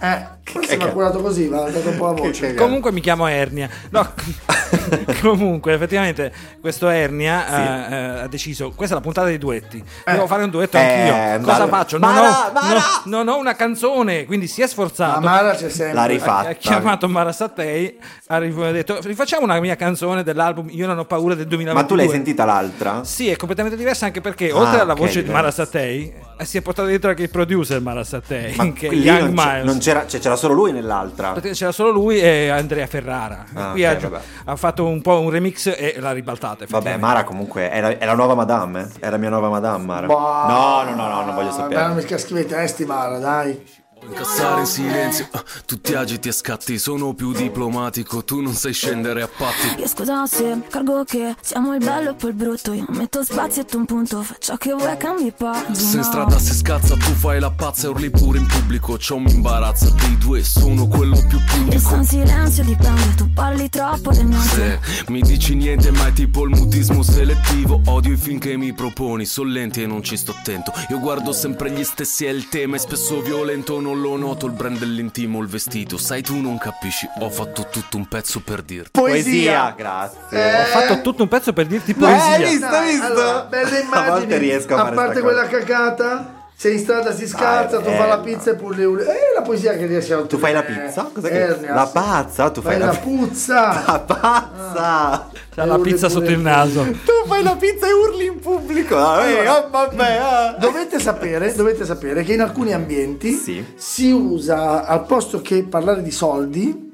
D: eh forse mi ha
E: cagata.
D: curato così ma ha dato un po' la voce
E: cagata.
B: Comunque mi chiamo Ernia. No, comunque, effettivamente, questo Ernia eh, eh, ha deciso. Questa è la puntata dei duetti. Devo fare un duetto
E: Eh,
B: anch'io. Cosa
E: vale.
B: faccio? Non,
E: Mara,
B: ho,
E: Mara!
B: no- non ho una canzone, quindi si è
D: ma
B: sforzato.
D: Mara c'è sempre
E: La
B: Ha- Ha
E: rifatta.
B: chiamato Mara Sattei, ha ri- ha detto rifacciamo una mia canzone dell'album Io non ho paura del 2022.
E: Ma tu l'hai sentita l'altra?
B: Sì, è completamente diversa anche perché oltre
E: Ah,
B: alla
E: ok,
B: voce di
E: diversa.
B: Mara Sattei eh, si è portato dietro anche il producer Mara Sattei,
E: Ma
B: che è
E: lì
B: Young
E: non, c'è-
B: Miles.
E: non c'era, cioè, c'era solo lui nell'altra.
B: Praticamente c'era solo lui e Andrea Ferrara.
E: Ah,
B: Qui
E: ok,
B: ha, gio-
E: vabbè.
B: ha fatto un po' un remix e l'ha ribaltata.
E: Vabbè,
B: effettivamente.
E: Mara comunque è la, è la nuova madame, eh. È la mia nuova madame, Mara.
D: Bah.
E: No, no, no, no, non voglio
D: Dai, non
E: sapere.
D: mi scrive i testi Mara dai
I: Incassare in silenzio, ah, tutti agiti e scatti, sono più diplomatico, tu non sai scendere a patti.
J: Io scusa se cargo che siamo il bello e poi il brutto Io metto spazio e tu un punto, fai ciò che vuoi cambi
I: Se in
J: pagina
I: strada si scazza, tu fai la pazza e urli pure in pubblico. Ciò mi imbarazza, dei due sono quello più
J: Io sto
K: Esatto.
I: pubblico.
J: in silenzio, dipende, tu parli troppo del nostro
I: Se mi dici niente, ma è tipo il mutismo selettivo. Odio i film che mi proponi, sono lenti e non ci sto attento. Io guardo sempre gli stessi, è il tema, è spesso violento. Non lo noto il brand dell'intimo, il vestito. Sai, tu non capisci, ho fatto tutto un pezzo per dirti.
E: Poesia, grazie.
D: Eh,
B: Ho fatto tutto un pezzo per dirti
E: Eh,
B: poesia.
E: visto,
D: Dai,
E: visto?
D: allora, belle
E: A volte
D: immagini
E: riesco a
D: a,
E: fare
D: parte
E: sta
D: quella
E: cosa. Ah,
D: cagata sei in strada si scalza,
E: Dai,
D: tu fai la
E: bella.
D: pizza e pure le Eh, la poesia che riesci a
E: Tu fai la
D: ottenere.
E: pizza? Cos'è che-
D: eh, Ernia,
E: La
D: sì.
E: pazza, tu fai la pi-
D: puzza.
E: La pazza!
B: C'ha la pizza sotto il naso.
E: Tu fai la pizza e urli in pubblico. Ah, eh,
D: Allora.
E: oh, vabbè, ah.
D: Dovete sapere, dovete sapere che in alcuni ambienti
E: Sì.
D: si usa, al posto che parlare di soldi,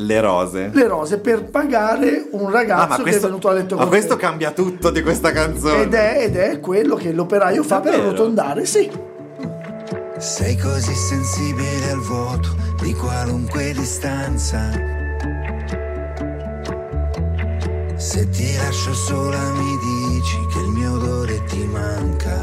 E: Le rose.
D: le rose per pagare un ragazzo che è venuto a letto
E: Ah, ma
D: con te.
E: questo cambia tutto di questa canzone.
D: ed, è, ed è quello che l'operaio fa per
E: Davvero?
D: arrotondare, sì.
H: Sei così sensibile al vuoto di qualunque distanza. Se ti lascio sola mi dici che il mio odore ti manca.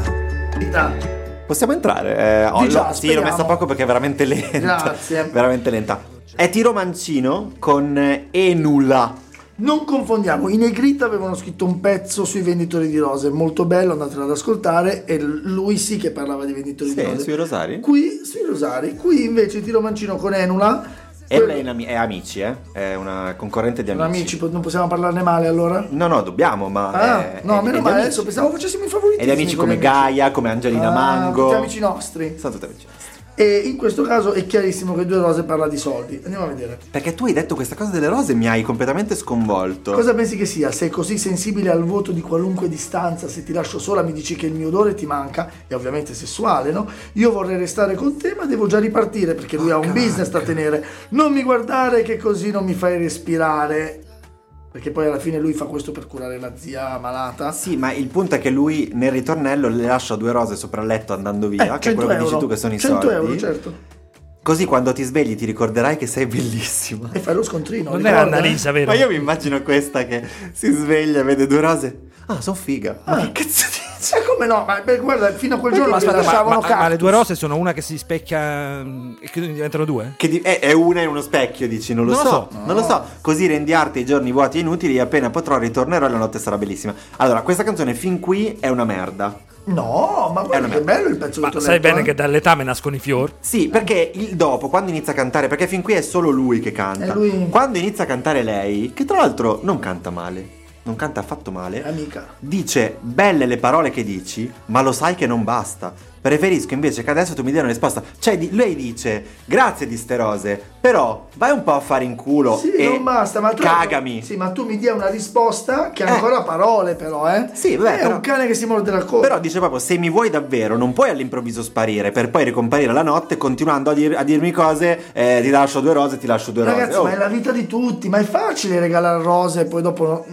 E: Possiamo entrare? Eh, ho-
D: Di
E: lo-
D: già,
E: sì, l'ho
D: speriamo.
E: messa poco perché è veramente lenta.
D: Grazie.
E: Veramente lenta. È Tiro Mancino con eh, Enula.
D: Non confondiamo, i Negrita avevano scritto un pezzo sui venditori di rose, molto bello, andatelo ad ascoltare, e lui sì che parlava di venditori di
E: Sì,
D: rose.
E: sui Rosari.
D: Qui, sui Rosari, qui invece Tiro Mancino con Enula,
E: Enula è, in ami- è amici, eh? È una concorrente di amici.
D: amici, po- non possiamo parlarne male allora?
E: No, no, dobbiamo, ma.
D: Ah,
E: è-
D: no,
E: è- è
D: meno
E: di
D: male,
E: amici.
D: adesso pensavo facessimo i favoriti.
E: È di amici come Gaia, come Angelina Mango.
D: Ah, Tutti amici nostri.
E: Sono tutti amici.
D: E in questo caso è chiarissimo che Due Rose parla di soldi. Andiamo a vedere.
E: Perché tu hai detto questa cosa delle rose e mi hai completamente sconvolto.
D: Cosa pensi che sia? Sei così sensibile al voto di qualunque distanza, se ti lascio sola mi dici che il mio odore ti manca, è ovviamente sessuale, no? Io vorrei restare con te, ma devo già ripartire perché lui ha un business da tenere. Non mi guardare che così non mi fai respirare. Perché poi alla fine lui fa questo per curare la zia malata.
E: Sì, ma il punto è che lui nel ritornello le lascia due rose sopra il letto andando
D: Eh,
E: via, che è quello che dici tu che sono i
D: 100
E: soldi.
D: euro, certo.
E: Così quando ti svegli ti ricorderai che sei bellissima.
D: E fai lo scontrino.
B: Non era
D: ricorda?
B: Annalisa, vero?
E: Ma io mi immagino questa che si sveglia, vede due rose. Ah, sono figa. Ma che cazzo
D: Sai eh? come no? Ma beh, guarda, fino a quel giorno
B: Ma
D: mi
B: aspetta, ma- ma-
D: lasciavano
B: ma le
D: cactus.
B: due rose sono una che si specchia mm, e che diventano due?
E: Che di- eh, è una e uno specchio, dici, non lo
B: Non lo
E: so, non lo so. Così rendi arte i giorni vuoti e inutili e appena potrò ritornerò e la notte sarà bellissima. Allora, questa canzone fin qui è una merda.
D: No, ma guarda
E: Eh,
D: che bello il pezzo
B: Ma
D: che tu hai
B: sai
D: letto,
B: bene
D: eh?
B: che dall'età me nascono i fior?
E: Sì, perché il dopo, quando inizia a cantare, perché fin qui è solo lui che canta.
D: È lui.
E: Quando inizia a cantare lei, che tra l'altro non canta male, non canta affatto male,
D: Eh, Amica.
E: dice belle le parole che dici, ma lo sai che non basta. Preferisco invece che adesso tu mi dia una risposta. Cioè, di- lei dice grazie di ste rose, però vai un po' a fare in culo
D: Sì,
E: e
D: non basta, ma tu,
E: cagami.
D: Sì, ma tu mi dia una risposta che ha
E: Eh.
D: ancora parole, però, eh?
E: Sì, vabbè,
D: È
E: però-
D: un cane che si morde la coda.
E: Però dice proprio: se mi vuoi davvero, non puoi all'improvviso sparire per poi ricomparire la notte continuando a, dir- a dirmi cose. eh, ti lascio due rose, ti lascio due
D: Ragazzi,
E: rose. Oh.
D: ma è la vita di tutti, ma è facile regalare rose e poi dopo no-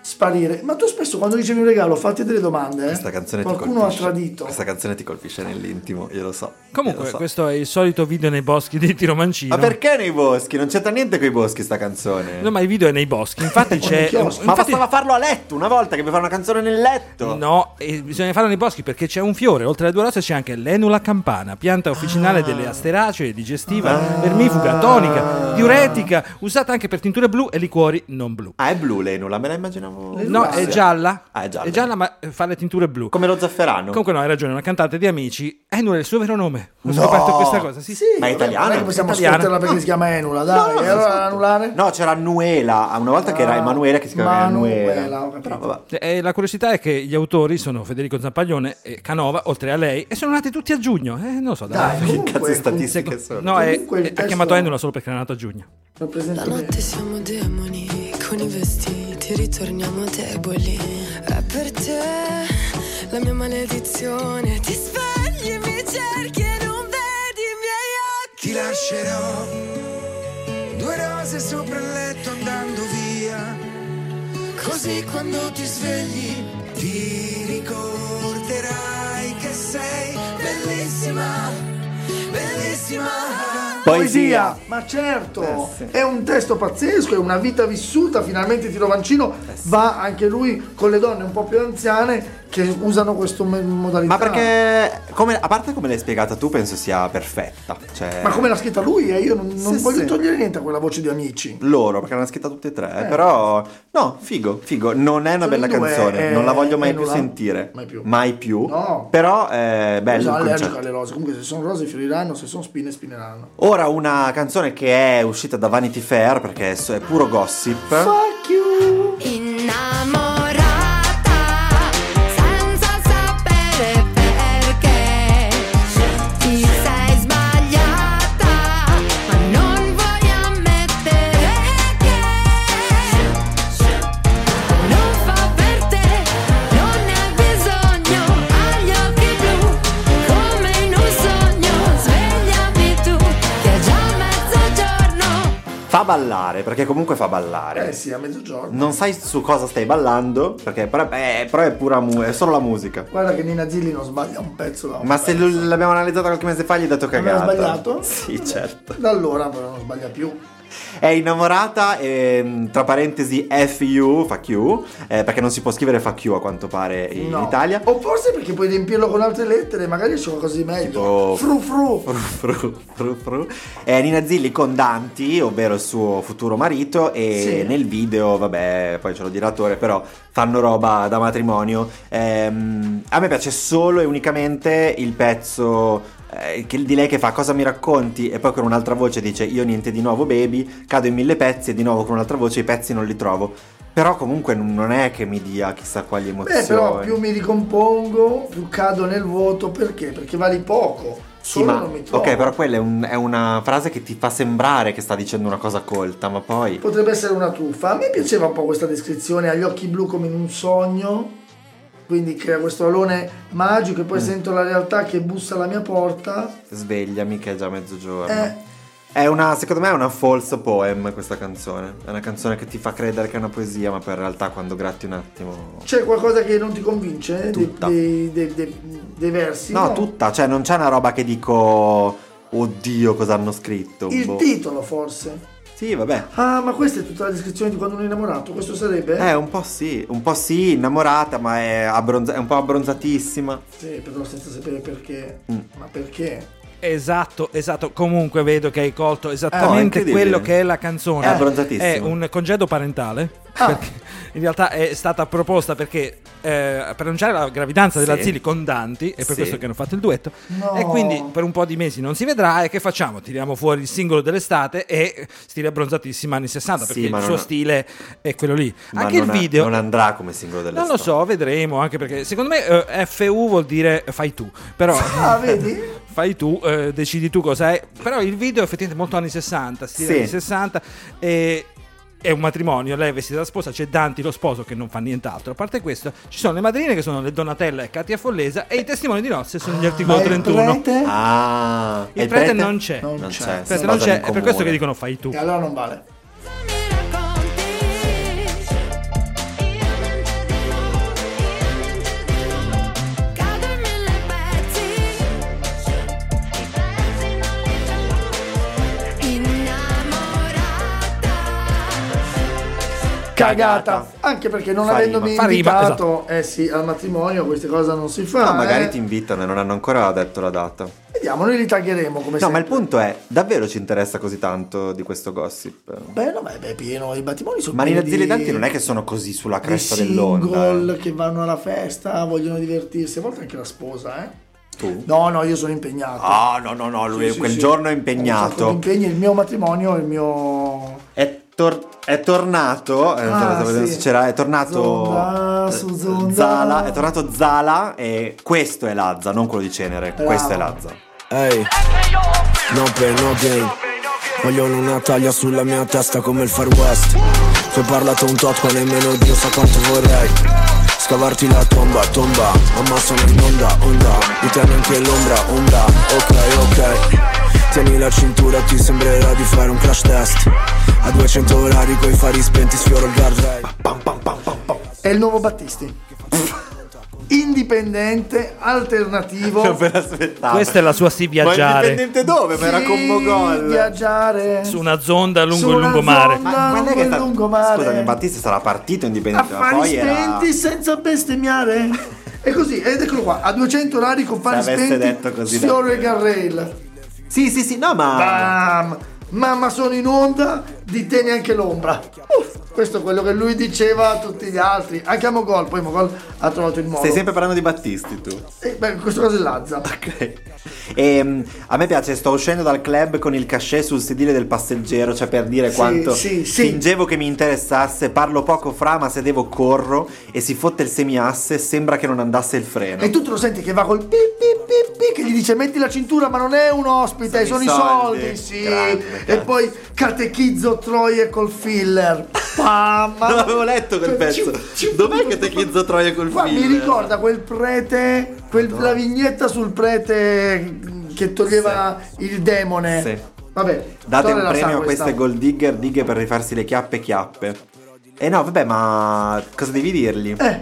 D: sparire. Ma tu spesso quando ricevi un regalo fatti delle domande, eh?
E: Questa canzone ti
D: Qualcuno ha
E: colpisce.
D: tradito.
E: Questa canzone ti colpisce nell'intimo, io lo so. io
B: Comunque,
E: lo so.
B: questo è il solito video nei boschi di Tiro Mancino.
E: Ma perché nei boschi? Non c'entra niente coi boschi sta canzone.
B: No, ma il video è nei boschi. Infatti c'è.
D: chiosco.
E: Ma
B: infatti-
E: bastava farlo a letto una volta che mi fa una canzone nel letto.
B: No, e bisogna farlo nei boschi perché c'è un fiore. Oltre alle due rose c'è anche l'enula campana, pianta
E: Ah.
B: officinale delle asteracee, digestiva, vermifuga, tonica, diuretica, usata anche per tinture blu e liquori non blu.
E: Ah, è blu lei, non la me la immaginavo.
B: No,
E: Sì.
B: è gialla.
E: Ah, è gialla.
B: ma eh, fa le tinture blu.
E: Come lo zafferano.
B: Comunque no, hai ragione, una cantante di amici. Enula è il suo vero nome. Ho scoperto questa cosa. Sì,
D: Sì,
E: Ma è
D: vabbè,
E: italiana?
D: Non è che possiamo
B: Italiana.
D: sfruttarla perché si chiama Enula, dai. e allora annullare?
E: No, c'era Nuela, una volta che era Emanuela che si chiamava
D: Ah, Manuela, ho
E: Emanuela.
D: capito.
E: Però vabbè.
B: E Cioè, eh, la curiosità è che gli autori sono Federico Zampaglione e Canova, oltre a lei, e sono nati tutti a giugno. Eh, non lo so, dai.
E: Che
D: Dai,
E: cazzo di
D: comunque,
E: statistiche sono?
B: No, è-
D: Comunque il
B: è- ha
D: testo-
B: chiamato Enula solo perché era nato a giugno.
D: rappresenta
K: La
D: bene.
K: notte siamo demoni con i vestiti, ritorniamo deboli. È per te la mia maledizione. Ti svegli e mi cerchi e non vedi i miei occhi.
H: Ti lascerò due rose sopra il letto andando via. Così quando ti svegli ti ricorderai che sei bellissima, bellissima.
D: Poesia, ma certo,
E: Eh,
D: è un testo pazzesco, è una vita vissuta, finalmente Tiro Mancino
E: Eh,
D: va anche lui con le donne un po' più anziane che usano questo me- modalità.
E: Ma perché,
D: Ah.
E: come- a parte come l'hai spiegata tu, penso sia perfetta. Cioè,
D: Ma come l'ha scritta lui, eh, io non, non
E: Sì,
D: voglio
E: sì.
D: togliere niente a quella voce di amici.
E: loro, perché l'hanno scritta tutte e tre. Però, no, figo, figo. Non è una
D: Eh. Sono
E: bella
D: due,
E: canzone,
D: eh,
E: non la voglio mai
D: eh,
E: più
D: non la-
E: sentire.
D: mai più.
E: più.
D: No.
E: Però è bello. il
D: Sono allergico
E: concetto.
D: alle rose, comunque se sono rose fioriranno, se sono spine spineranno.
E: Ora una canzone che è uscita da Vanity Fair perché è, è puro gossip.
D: Fuck you!
K: Innamorata senza sapere perché ti sei sbagliata, ma non vuoi ammettere che non fa per te, non hai bisogno agli occhi blu, come in un sogno, svegliami tu, che è già mezzogiorno.
E: Fa ballare, perché comunque fa ballare.
D: Eh sì, a mezzogiorno.
E: Non sai su cosa stai ballando, perché però, eh, però è pura mu- è solo la musica.
D: Guarda che Nina Zilli non sbaglia un pezzo da
E: Ma se lo- l'abbiamo analizzata qualche mese fa gli hai dato
D: Aveva
E: cagata.
D: sbagliato?
E: Sì, certo.
D: Da allora però non sbaglia più.
E: È innamorata, ehm, tra parentesi FU, fa Q, eh, perché non si può scrivere fa Q a quanto pare in
D: No.
E: Italia.
D: O forse perché puoi riempirlo con altre lettere, magari c'è qualcosa di meglio.
E: Tipo-
D: Fru fru.
E: Fru, fru, fru, fru. Eh, Nina Zilli con Danti, ovvero il suo futuro marito, e
D: Sì.
E: nel video, vabbè, poi ce lo dirà l'attore, però fanno roba da matrimonio. Ehm, a me piace solo e unicamente il pezzo eh, che- di lei che fa cosa mi racconti e poi con un'altra voce dice io niente di nuovo baby, cado in mille pezzi e di nuovo con un'altra voce i pezzi non li trovo. Però comunque non non è che mi dia chissà quali emozioni.
D: Beh, però più mi ricompongo, più cado nel vuoto perché? Perché vali poco.
E: Sì,
D: Solo
E: ma
D: non mi trovo.
E: ok, però quella è, un- è una frase che ti fa sembrare che sta dicendo una cosa colta, ma poi
D: Potrebbe essere una truffa. A me piaceva un po' questa descrizione, agli occhi blu come in un sogno. Quindi crea questo alone magico e
E: Mm.
D: poi sento la realtà che bussa alla mia porta.
E: svegliami che è già mezzogiorno.
D: Eh,
E: È una, secondo me è una false poem questa canzone. È una canzone che ti fa credere che è una poesia, ma poi in realtà quando gratti un attimo...
D: C'è qualcosa che non ti convince? eh, dei- Dei, dei- dei- dei versi?
E: No, tutta, cioè non c'è una roba che dico... Oddio, cosa hanno scritto.
D: Il
E: boh."
D: titolo forse.
E: Sì, vabbè.
D: Ah, ma questa è tutta la descrizione di quando uno è innamorato. Questo sarebbe?
E: Eh, un po' sì, un po' sì, innamorata, ma è, abbronza- è un po' abbronzatissima.
D: Sì, però senza sapere perché.
E: Mm.
D: Ma perché?
B: Esatto, esatto. Comunque vedo che hai colto esattamente
E: Ah, incredibile.
B: quello che è la canzone.
E: È abbronzatissimo. Ah.
B: È un congedo parentale. Perché in realtà è stata proposta perché eh, per annunciare la gravidanza della
E: Sì.
B: Zilli con Danti, è per
E: Sì.
B: questo che hanno fatto il duetto.
D: No.
B: E quindi per un po' di mesi non si vedrà. E che facciamo? Tiriamo fuori il singolo dell'estate e stile abbronzatissima anni 60.
E: Sì,
B: perché
E: ma
B: il
E: non
B: suo
E: ha-
B: stile è quello lì.
E: Ma
B: Anche il
E: non ha-
B: video.
E: non andrà come singolo
B: Non
E: dell'estate.
B: lo so, vedremo. Anche perché secondo me eh, FU vuol dire fai tu. Però.
D: Ah, vedi?
B: fai tu, eh, decidi tu cosa è. Però il video è effettivamente molto anni 60, stile
E: Sì.
B: anni 60. E... È un matrimonio, lei è vestita da sposa, c'è Danti lo sposo che non fa nient'altro. A parte questo, ci sono le madrine che sono le Donatella e Katia Follesa e i testimoni di nozze sono gli articoli
D: Ma il
B: 31.
D: prete?
E: Ah,
B: Il prete non c'è.
D: Non
E: Non
D: c'è.
E: c'è.
D: Il
B: Aspetta,
E: si
B: non
E: basano
B: c'è,
E: in
B: è per questo
E: comune.
B: che dicono fai tu.
D: E allora non vale.
K: Cado in mille pezzi, i pezzi non li trovo. Innamorata.
D: Cagata. Anche perché non
E: Fa
D: avendomi
B: rima. Fa rima,
D: invitato, eh sì, al matrimonio queste cose non si fa.
E: No, magari
D: eh.
E: ti invitano e non hanno ancora detto la data.
D: Vediamo, noi li taglieremo come
E: No, ma
D: sempre.
E: il punto è, davvero ci interessa così tanto di questo gossip?
D: Beh, no, beh, beh, è pieno. I matrimoni sono
E: Marina
D: pieni
E: Zilli e
D: di-
E: Danti non è che sono così sulla
D: di
E: cresta dell'onda. eh.
D: single che vanno alla festa, vogliono divertirsi, a volte anche la sposa, eh.
E: Tu?
D: No, no, io sono impegnato.
E: Ah, no, no, no, lui
D: Sì, sì,
E: quel
D: sì.
E: giorno è
D: Ho un sacco di
E: impegnato.
D: impegni, il mio matrimonio, il mio
E: È, tor- è tornato, eh, non so,
D: Ah,
E: stavo vedendo
D: sì.
E: se c'era, è tornato
D: Zonda,
E: eh,
D: su Zonda.
E: Zala, è tornato Zala e questo è Lazza, non quello di Cenere,
D: Bravo.
E: questo è Lazza.
L: Ehi, no pain, no gain Vogliono una taglia sulla mia testa come il Far West Tu hai parlato un tot ma nemmeno Dio sa quanto vorrei Scavarti la tomba, tomba Ammazzano in onda, onda Di te neanche l'ombra, onda Ok, ok Tieni la cintura, ti sembrerà di fare un crash test A 200 orari coi fari spenti sfioro il guardrail
D: è il nuovo Battisti. Indipendente, alternativo.
E: Non ve l'aspettavo.
B: Questa è la sua sì
E: Ma
B: viaggiare
E: indipendente dove? Ma era con
D: Sì,
E: Mogol.
D: Viaggiare.
B: su una zonda lungo
D: Su
B: il
D: una
B: lungomare.
D: zonda.
E: Ma quando è che sta-
D: Lungomare.
E: Scusami, Battista sarà partito indipendente, ma
D: Affari
E: poi era...
D: spenti senza bestemmiare. E così, ed eccolo qua, a 200 orari con fari
E: avesse
D: spenti,
E: detto così
D: sfioro e
E: davvero.
D: garrail.
E: Sì, sì, sì, no, ma...
D: Bam! Mamma sono in onda, di te neanche l'ombra. Uff, questo è quello che lui diceva a tutti gli altri. Anche a Mogol, poi Mogol ha trovato il modo.
E: Stai sempre Ah, parlando di Battisti tu.
D: Eh, beh, in questo caso è Lazza.
E: E, mm, a me piace, sto uscendo dal club con il cachet sul sedile del passeggero, cioè per dire
D: Sì,
E: quanto
D: sì, sì.
E: fingevo che mi interessasse, parlo poco fra, ma se devo corro e si fotte il semiasse, sembra che non andasse il freno.
D: E tu te lo senti che va col pi pi pi pi che gli dice metti la cintura ma non è un ospite, sono,
E: Sono i
D: i
E: soldi.
D: soldi, sì.
E: Grande,
D: e
E: grande.
D: poi catechizzo troie col filler. Pam,
E: Non avevo letto quel
D: Cioè,
E: pezzo. Dov'è che te chizzo troia col
D: Qua mi
E: filler?
D: ricorda quel prete, quel- la vignetta sul prete che toglieva il demone.
E: Sì.
D: Vabbè,
E: Date
D: Tore
E: un
D: la sa
E: premio a
D: questa.
E: queste gold digger, dighe per rifarsi le chiappe, chiappe. E no, vabbè, ma cosa devi dirgli?
D: Eh,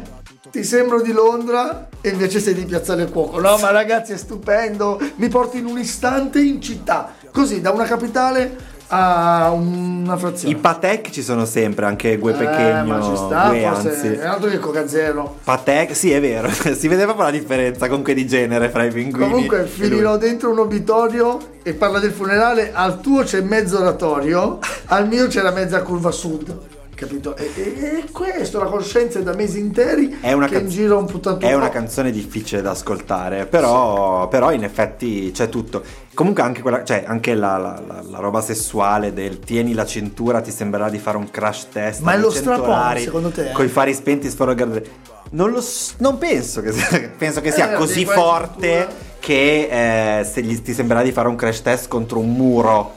D: ti sembro di Londra e invece sei di Piazzale Cuoco. No, ma ragazzi, è stupendo. Mi porti in un istante in città. Così, da una capitale a una
E: I
D: frazione.
E: Patek ci sono sempre, anche Gue Pechegno,
D: Eh, ma ci sta,
E: Gue,
D: forse
E: anzi.
D: è altro che Coca Zero.
E: Patek, sì è vero, si vedeva proprio la differenza comunque di genere fra i pinguini.
D: Comunque
E: e
D: finirò
E: lui.
D: dentro un obitorio e parla del funerale, al tuo c'è mezzo oratorio, al mio c'è la mezza curva sud. Capito? E, e- e questo, la coscienza è da mesi interi
E: È una
D: che
E: canz-
D: in giro un puttanato.
E: È una canzone difficile da ascoltare, però, però in effetti c'è tutto. Comunque anche, quella, cioè, anche la, la- la- la roba sessuale del tieni la cintura, ti sembrerà di fare un crash test.
D: Ma è
E: a
D: lo
E: 200
D: strapone,
E: orari,
D: secondo te, eh?
E: Coi fari spenti sforogare. Non lo s- non penso che sia, penso che sia
D: Eh,
E: così
D: di quella
E: forte
D: cintura.
E: che eh, se gli, ti sembrerà di fare un crash test contro un muro.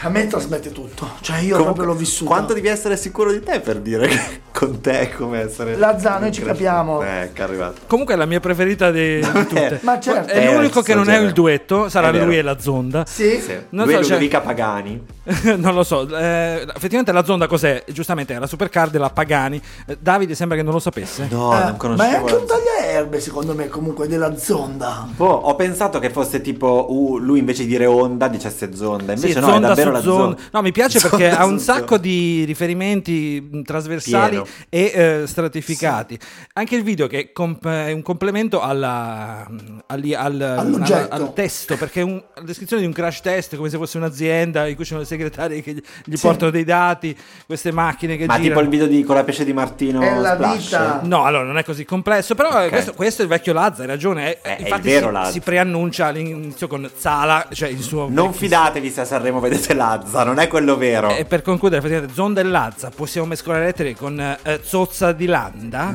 D: A me trasmette tutto, cioè io
E: Comunque,
D: proprio l'ho vissuto.
E: Quanto devi essere sicuro di te per dire che con te è come essere...
D: Lazzano, noi ci capiamo.
E: Ecco, è arrivato.
B: Comunque è la mia preferita di di tutte.
D: Ma certo.
B: È l'unico che non è il duetto, sarà
E: È vero.
B: lui e la zonda.
D: Sì.
B: Non
E: Non Lui
B: so,
E: è
B: cioè-
E: Ludovica Pagani.
B: non lo so. eh, effettivamente la zonda cos'è? Giustamente è la supercar della Pagani. Eh, Davide sembra che non lo sapesse.
E: No, Ah, non
D: Eh, Ma è
E: conoscevo.
D: anche un tagliaerbe, secondo me, comunque, della zonda.
E: Boh, ho pensato che fosse tipo uh, lui invece di dire onda dicesse zonda, invece
B: Sì,
E: no,
B: zonda
E: è davvero
B: su
E: la
B: zonda.
E: zonda.
B: No, mi piace
E: Zonda
B: perché ha
E: su
B: un
E: zonda.
B: sacco di riferimenti mh, trasversali
E: Pieno.
B: e eh, stratificati. Anche il video che comp- è un complemento alla- mh, agli- al,
D: All'oggetto.
B: al- al testo, perché è un- la descrizione di un crash test, come se fosse un'azienda in cui ci sono le segretarie che gli, gli
D: Sì.
B: portano dei dati, queste macchine che
E: Ma
B: girano.
E: tipo il video di con la pesce di Martino
D: È la
E: Splash.
D: vita.
B: No, allora non è così complesso, però eh, questo, questo è il vecchio Lazza, hai ragione. è-
E: Eh, è il
B: infatti
E: vero
B: si-
E: Lazza.
B: si, preannuncia all'inizio con Zala, cioè il suo...
E: Non fidatevi se a Sanremo vedete Lazza, non è quello vero.
B: E per concludere, effettivamente, Zonda e Lazza, possiamo mescolare lettere con eh, Zozza di Landa.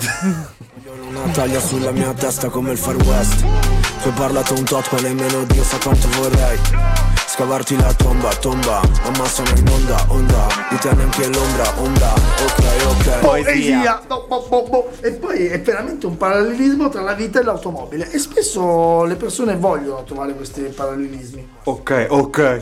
L: Una taglia sulla mia testa come il far west Tu hai parlato un tot ma nemmeno Dio sa quanto vorrei Scavarti la tomba, tomba Ammassano in onda, onda Di te neanche l'ombra, onda Ok, ok
D: Poesia. Bo- bo- bo- bo. E poi è veramente un parallelismo tra la vita e l'automobile. E spesso le persone vogliono trovare questi parallelismi.
E: Ok, ok.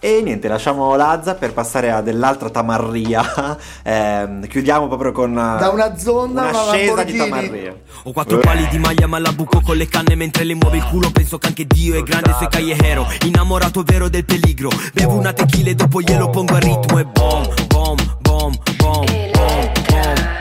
E: E niente, lasciamo Lazza per passare a dell'altra tamarria. Ehm, chiudiamo proprio con eh,
D: Da una zonda a una
E: un'ascesa di
D: Lamborghini.
E: tamarria.
M: Ho quattro pali di maglia ma la buco con le canne Mentre le muove il culo penso che anche Dio è grande Soy callejero, innamorato vero del peligro Bevo una tequila e dopo glielo pongo a ritmo E bom, bom, bom, bom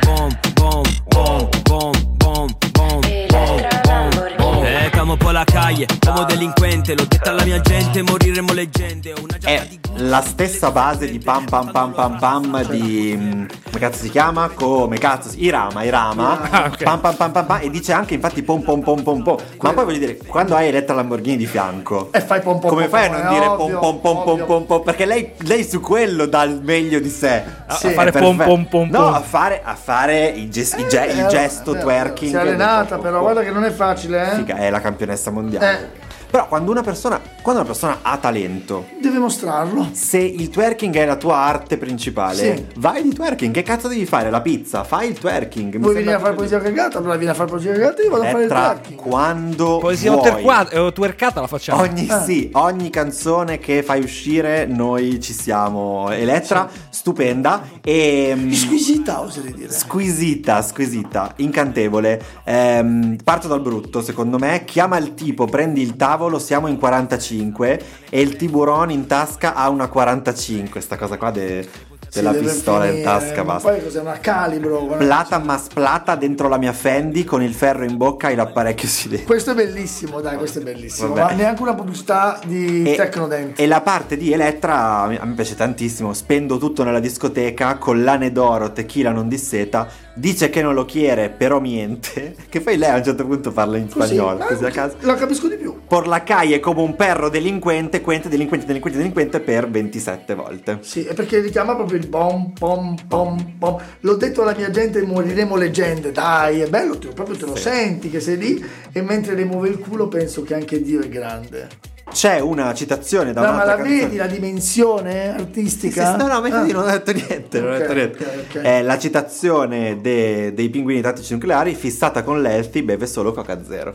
M: Bom, bom, bom, bom, bom, bom, bom, bom, bom Eh, camo po' la calle, uomo delinquente L'ho detta alla mia gente, moriremo leggende Ho Una
E: È la stessa base di pam pam pam pam pam di. mm, Come cazzo si chiama? Come cazzo? si- Irama, Irama.
B: Ah, ok.
E: Pam pam pam pam pam. E dice anche infatti pom pom pom pom pom. Ma poi voglio dire, quando hai Eletta Lamborghini di fianco.
D: E fai pom pom
E: Come
D: pom
E: fai a
D: pom,
E: non
D: è
E: dire
D: ovvio,
E: pom pom pom pom
D: ovvio.
E: pom pom? Perché lei, lei su quello dà il meglio di sé.
B: A-
E: Sì,
B: a fare
E: è perfetto.
B: pom pom pom
E: No,
B: pom.
E: a fare, a fare il, ges- il ge- il
D: Eh,
E: gesto
D: eh,
E: twerking.
D: Si è allenata, però, guarda che Eh. non è facile, eh.
E: Figa, è la campionessa mondiale. Però quando una persona- quando una persona ha talento,
D: Deve mostrarlo.
E: se il twerking è la tua arte principale,
D: Sì.
E: vai di twerking. Che cazzo devi fare? La pizza? Fai il twerking. Mi sembra
D: Vuoi venire a fare
E: proprio-
D: poesia cagata? Allora vieni a fare poesia cagata, io vado a fare
E: È
D: il
E: tra
D: twerking.
E: quando
B: Poesia
E: vuoi.
B: otterquata, eh, ottuercata la facciamo.
E: Ogni,
D: Eh.
E: sì, ogni canzone che fai uscire, noi ci siamo. Elettra, stupenda e. mm,
D: Squisita, oserei dire.
E: Squisita, squisita, incantevole. Ehm, parto dal brutto, secondo me. Chiama il tipo, prendi il tavolo, siamo in 45 e il tiburone in tasca ha una 45. Sta cosa qua de- della
D: Si deve
E: pistola in
D: finire,
E: tasca,
D: ma
E: basta.
D: Poi cos'è una calibro? guarda.
E: Plata ma splata dentro la mia Fendi con il ferro in bocca e l'apparecchio silenzio.
D: Questo è bellissimo, dai, questo è bellissimo.
E: Vabbè.
D: Ma neanche una pubblicità di
E: E-
D: Tecnodent.
E: E la parte di Elettra mi- a me piace tantissimo. Spendo tutto nella discoteca, collane d'oro, tequila non di seta. Dice che non lo chiede, però niente. Che poi lei a un certo punto parla in
D: Così,
E: spagnolo,
D: ma-
E: così a caso.
D: La capisco di più.
E: Por la calle come un perro delinquente, quente, delinquente, delinquente, delinquente per 27 volte.
D: Sì, è perché richiama proprio il bom pom pom pom. L'ho detto alla mia gente, moriremo leggende. Dai, è bello, te- proprio te lo senti che sei lì e mentre le muove il culo penso che anche Dio è grande.
E: C'è una citazione da
D: No, ma
E: un'altra
D: la
E: canzone.
D: vedi la dimensione
E: Sì, sì,
D: artistica?
E: no, no, ma infatti
D: Ah.
E: non ho detto niente. non ho
D: Ok,
E: detto niente.
D: ok, ok.
E: Eh, la citazione de- dei pinguini tattici nucleari, fissata con l'healthy, beve solo coca zero.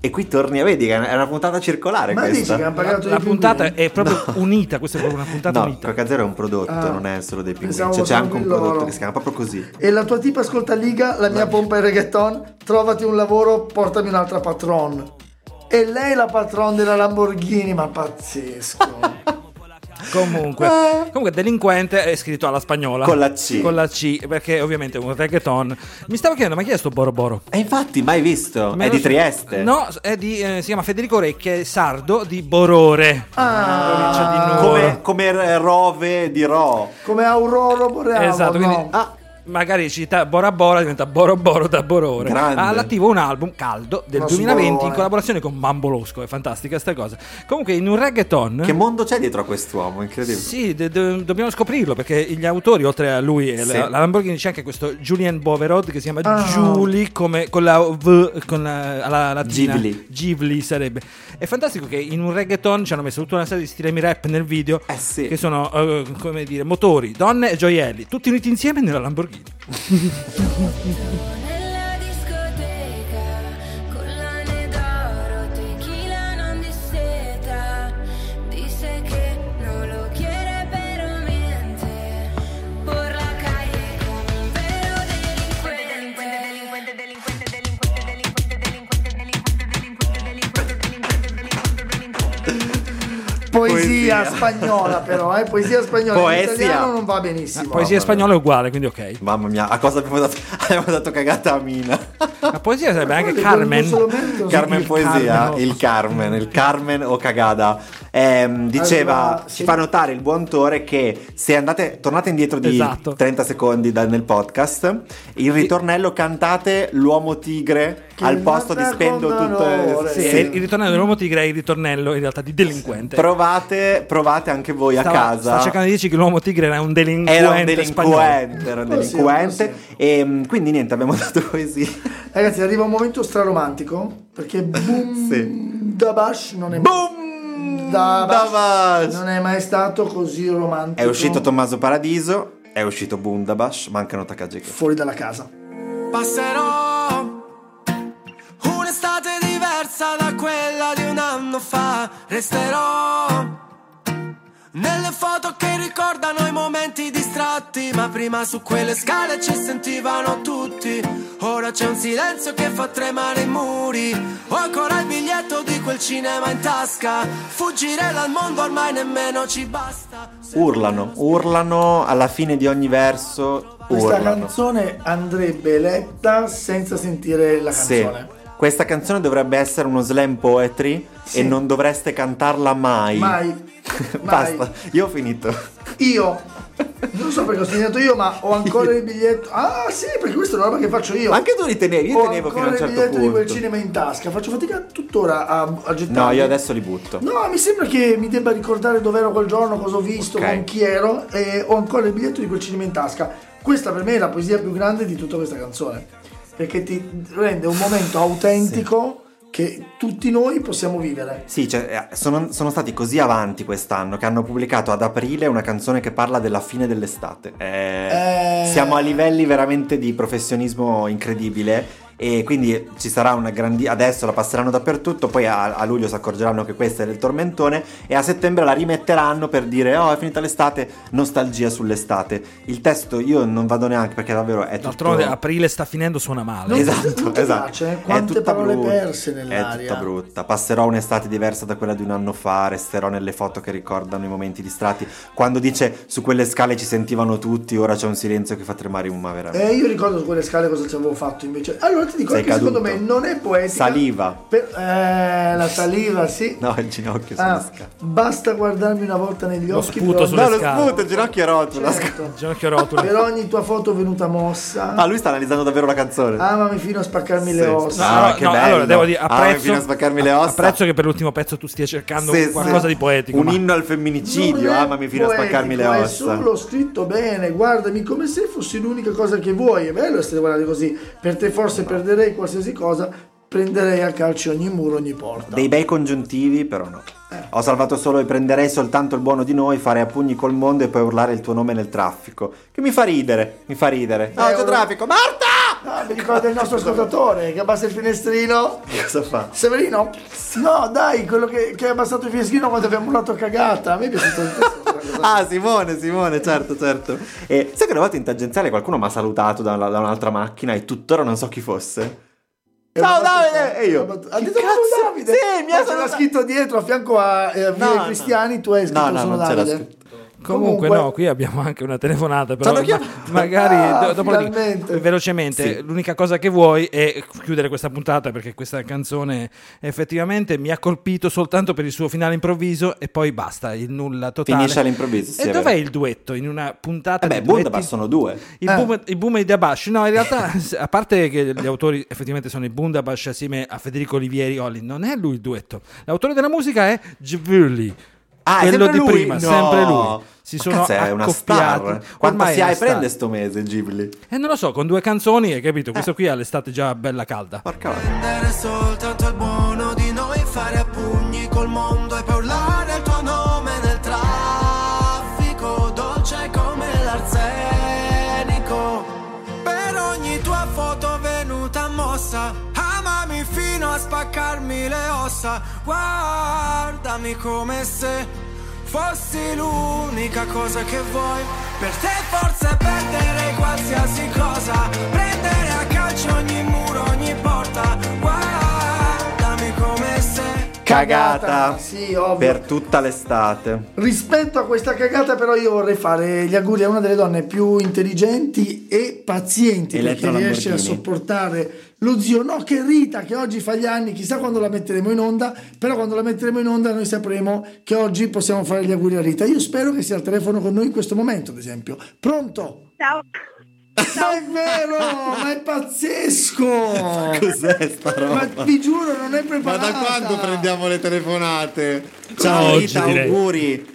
E: E qui torni a vedi, che è una- è una puntata circolare
D: Ma dici
E: questa.
D: che hanno pagato
B: La
D: di
B: puntata è proprio unita, questa è proprio una puntata
E: No,
B: unita.
E: Coca Zero è un prodotto,
D: Ah.
E: non è solo dei pinguini.
D: Pensavo
E: Cioè, c'è
D: fossero
E: anche un
D: quelli loro.
E: prodotto che si chiama proprio così.
D: E la tua tipa ascolta Liga, la mia pompa è reggaeton, trovati un lavoro, portami un'altra patron. E lei la patron della Lamborghini, ma pazzesco.
B: Comunque, comunque, delinquente è scritto alla spagnola.
E: Eh. Con la C.
B: Con la C, perché ovviamente è un reggaeton. Mi stavo chiedendo, ma chi è sto Boro Boro?
E: E infatti, mai visto?
B: Me
E: è
B: lo
E: di
B: so-
E: Trieste.
B: No, è di, eh, si chiama Federico Re, che è sardo di Borore.
D: Ah.
B: Provincia di
E: Come,
B: Nuoro.
E: come Rove di Ro.
D: Come Aurora Boreale.
B: Esatto,
D: no? Ah,
B: quindi magari cita Bora Bora diventa Boro Boro da Borore.
E: Grande.
B: Ha all'attivo un album caldo del
D: Ma
B: 2020 in
D: sborone.
B: collaborazione con Mambolosco, è fantastica sta cosa. Comunque in un reggaeton
E: Che mondo c'è dietro a quest'uomo? Incredibile.
B: Eh? sì, de- de- dobbiamo scoprirlo perché gli autori, oltre a lui e
E: Sì.
B: la, la Lamborghini, c'è anche questo Julian Boverod che si chiama Julie come, con la V, con la, alla latina.
E: Ghibli.
B: Ghibli sarebbe. È fantastico che in un reggaeton ci hanno messo tutta una serie di stilemi rap nel video
E: Eh sì.
B: che sono, eh, come dire, motori, donne e gioielli, tutti uniti insieme nella Lamborghini. vita.
F: Nella discoteca, collane d'oro, tequila non di seta. Disse che non lo quiere pero miente. Por la calle come un vero delinquente. Delinquente, delinquente, delinquente, delinquente, delinquente, delinquente, delinquente, delinquente, delinquente, delinquente, delinquente,
D: Poesia,
B: Poesia.
D: spagnola, però, eh? Poesia spagnola.
E: Poesia.
D: L'italiano non va benissimo.
B: Ah, Poesia spagnola è uguale, quindi ok.
E: Mamma mia, a cosa abbiamo dato, abbiamo dato cagata a Mina?
B: La poesia sarebbe anche Carmen.
E: Carmen
B: Il
E: Poesia,
B: Carmen.
E: il Carmen, il Carmen o cagada. Ehm, diceva,
D: Allora,
E: ci fa notare il buon Tore che se andate, tornate indietro di
B: Esatto.
E: 30 secondi dal- nel podcast, il ritornello cantate l'uomo tigre
B: Che
E: al posto di
B: manda
E: spendo
B: con
E: tutte...
B: Sì,
E: Sì.
B: Il ritornello dell'uomo tigre è il ritornello in realtà di delinquente.
E: Provate, provate anche voi
B: Stava-
E: a casa.
B: Sta cercando di dirci che l'uomo tigre era un delinquente.
E: Era un
B: spagnolo.
E: delinquente, era un delinquente. E mm, quindi niente, abbiamo dato così.
D: Ragazzi, arriva un momento straromantico perché boom
B: Mm.
D: Dabash non è boom Dabash non è mai stato così romantico.
E: È uscito Tommaso Paradiso, è uscito Bundabash, mancano Takagi.
D: fuori dalla casa.
N: Passerò un'estate diversa da quella di un anno fa. Resterò nelle foto che ricordano i momenti distratti. Ma prima su quelle scale ci sentivano tutti. Ora c'è un silenzio che fa tremare i muri. Ho ancora il biglietto di quel cinema in tasca. Fuggire dal mondo ormai nemmeno ci basta.
E: Urlano, urlano alla fine di ogni verso,
D: Questa
E: urlano.
D: canzone andrebbe letta senza sentire la
E: Sì.
D: canzone.
E: Questa canzone dovrebbe essere uno slam poetry
D: Sì.
E: e non dovreste cantarla mai.
D: Mai.
E: Basta, io ho finito.
D: Io non so perché ho segnato io, ma ho ancora il biglietto. Ah, sì, perché questa è una roba che faccio io.
E: Ma anche tu li tenevi, io
D: Ho
E: tenevo fino a
D: ancora
E: un
D: il
E: certo
D: biglietto di quel
E: punto.
D: cinema in tasca. Faccio fatica tuttora a, a gettarli.
E: No, io adesso li butto.
D: No, mi sembra che mi debba ricordare dove ero quel giorno, cosa ho visto,
E: Ok.
D: con chi ero e ho ancora il biglietto di quel cinema in tasca. Questa per me è la poesia più grande di tutta questa canzone, perché ti rende un momento autentico che tutti noi possiamo vivere.
E: Sì, cioè, eh, sono, sono stati così avanti quest'anno che hanno pubblicato ad aprile una canzone che parla della fine dell'estate. Eh,
D: Eh.
E: Siamo a livelli veramente di professionismo incredibile. E quindi ci sarà una grandi. Adesso la passeranno dappertutto. Poi a, a luglio si accorgeranno che questa è del tormentone. E a settembre la rimetteranno per dire: Oh, è finita l'estate, nostalgia sull'estate. Il testo io non vado neanche perché davvero è tutto.
B: D'altronde aprile sta finendo, suona male.
E: Esatto, esatto.
D: Quante
E: è tutta
D: parole
E: brutta.
D: perse
E: È tutta
D: nell'aria.
E: brutta. Passerò un'estate diversa da quella di un anno fa, resterò nelle foto che ricordano i momenti distratti. Quando dice su quelle scale ci sentivano tutti, ora c'è un silenzio che fa tremare un ma veramente.
D: Eh, io ricordo su quelle scale cosa ci avevo fatto invece. Allora ti dico
E: Sei
D: che secondo me
E: caduto.
D: non è poetica.
E: Saliva.
D: per- eh, la saliva, sì.
E: No, il ginocchio
D: Ah,
E: sulle scale.
D: basta guardarmi una volta negli
E: Lo
D: occhi.
E: sputo
D: per ogni-
E: sulle No, lo scale. sputo, il ginocchio rotola.
D: Certo.
B: Ginocchio rotola.
D: Per ogni tua foto venuta mossa.
E: Ah, lui sta analizzando davvero la canzone.
D: Amami fino a spaccarmi
E: Sì,
D: le ossa.
E: Ah, che bello.
B: Allora, devo dire,
E: Ah,
B: apprezzo,
E: fino a spaccarmi le
B: a-
E: ossa.
B: apprezzo che per l'ultimo pezzo tu stia cercando
E: Sì,
B: qualcosa
E: sì.
B: di poetico.
E: Un
B: ma-
E: inno al femminicidio,
D: Non è
E: amami fino a
D: poetico,
E: spaccarmi le
D: È
E: ossa.
D: solo scritto bene, guardami come se fossi l'unica cosa che vuoi. È bello essere guardati così. Per te forse perderei qualsiasi cosa, prenderei a calci ogni muro, ogni porta.
E: Dei bei congiuntivi, però no.
D: Eh.
E: Ho salvato solo e prenderei soltanto il buono di noi, fare a pugni col mondo e poi urlare il tuo nome nel traffico. Che mi fa ridere, mi fa
D: Eh,
E: ridere. No, c'è traffico, Marta!
D: Ah, mi ricorda il nostro ascoltatore che abbassa il finestrino.
E: Cosa fa?
D: Severino? No, dai, quello che, che ha abbassato il finestrino quando abbiamo urlato cagata. A me è piaciuto il
E: Ah, Simone, Simone, certo, certo. E sai che una volta in tangenziale qualcuno mi ha salutato da, una- da un'altra macchina e tuttora non so chi fosse? Ciao Oh, Davide! E io?
D: Ha detto sono Davide. Sì, mi ha scritto dietro a fianco a eh, Vive
E: no.
D: Cristiani, tu hai scritto
E: no,
D: sono
E: non c'era
D: Davide.
B: Comunque,
D: Comunque-
B: no, qui abbiamo anche una telefonata. Però
D: C'hanno
B: ma-
D: chiamato?
B: magari
D: Ah,
B: do- dopo lo dico.
D: finalmente.
B: velocemente.
D: Sì.
B: L'unica cosa che vuoi è chiudere questa puntata perché questa canzone effettivamente mi ha colpito soltanto per il suo finale improvviso e poi basta, il nulla totale.
E: Finisce all'improvviso, sì, è
B: E dov'è
E: vero.
B: il duetto in una puntata
E: Eh beh,
B: di duetti?
E: Bundabash sono due.
B: Il, boom, il boom di Dabash, no, in realtà, a parte che gli autori effettivamente sono il Bundabash assieme a Federico Olivieri Olli, non è lui il duetto. L'autore della musica è Gvulli.
E: Ah, è
B: quello
E: sempre
B: di
E: lui?
B: prima,
E: No.
B: sempre lui. Si
E: Ma
B: sono
E: cazzo, è una
B: accoppiati.
E: star. Quanto
B: Ormai è
E: si
B: una
E: hai
B: star.
E: prende sto mese Ghibli?
B: Eh, non lo so, con due canzoni, hai capito?
E: Eh.
B: Questo qui ha l'estate già bella calda.
N: Prendere soltanto il buono di noi, fare a pugni col mondo e poi urlare il tuo nome nel traffico, dolce come l'arsenico. le ossa. Guardami come se fossi l'unica cosa che vuoi. Per te forza è perdere qualsiasi cosa. Prendere a calcio ogni muro, ogni porta. Guardami come se.
E: Cagata.
D: Sì, ovvio.
E: Per tutta l'estate.
D: Rispetto a questa cagata, però, io vorrei fare gli auguri a una delle donne più intelligenti e pazienti
E: Elettra
D: perché riesce a
E: Lamborghini.
D: sopportare lo zio No che Rita, che oggi fa gli anni. Chissà quando la metteremo in onda, però quando la metteremo in onda noi sapremo che oggi possiamo fare gli auguri a Rita. Io spero che sia al telefono con noi in questo momento, ad esempio. Pronto?
O: Ciao.
D: È vero, ma è pazzesco!
P: Cos'è sta
D: Ma
P: roba?
D: vi giuro, non è
P: Ma
D: preparata.
P: da quando prendiamo le telefonate?
B: Oggi,
P: Ciao Rita,
B: direi.
P: auguri.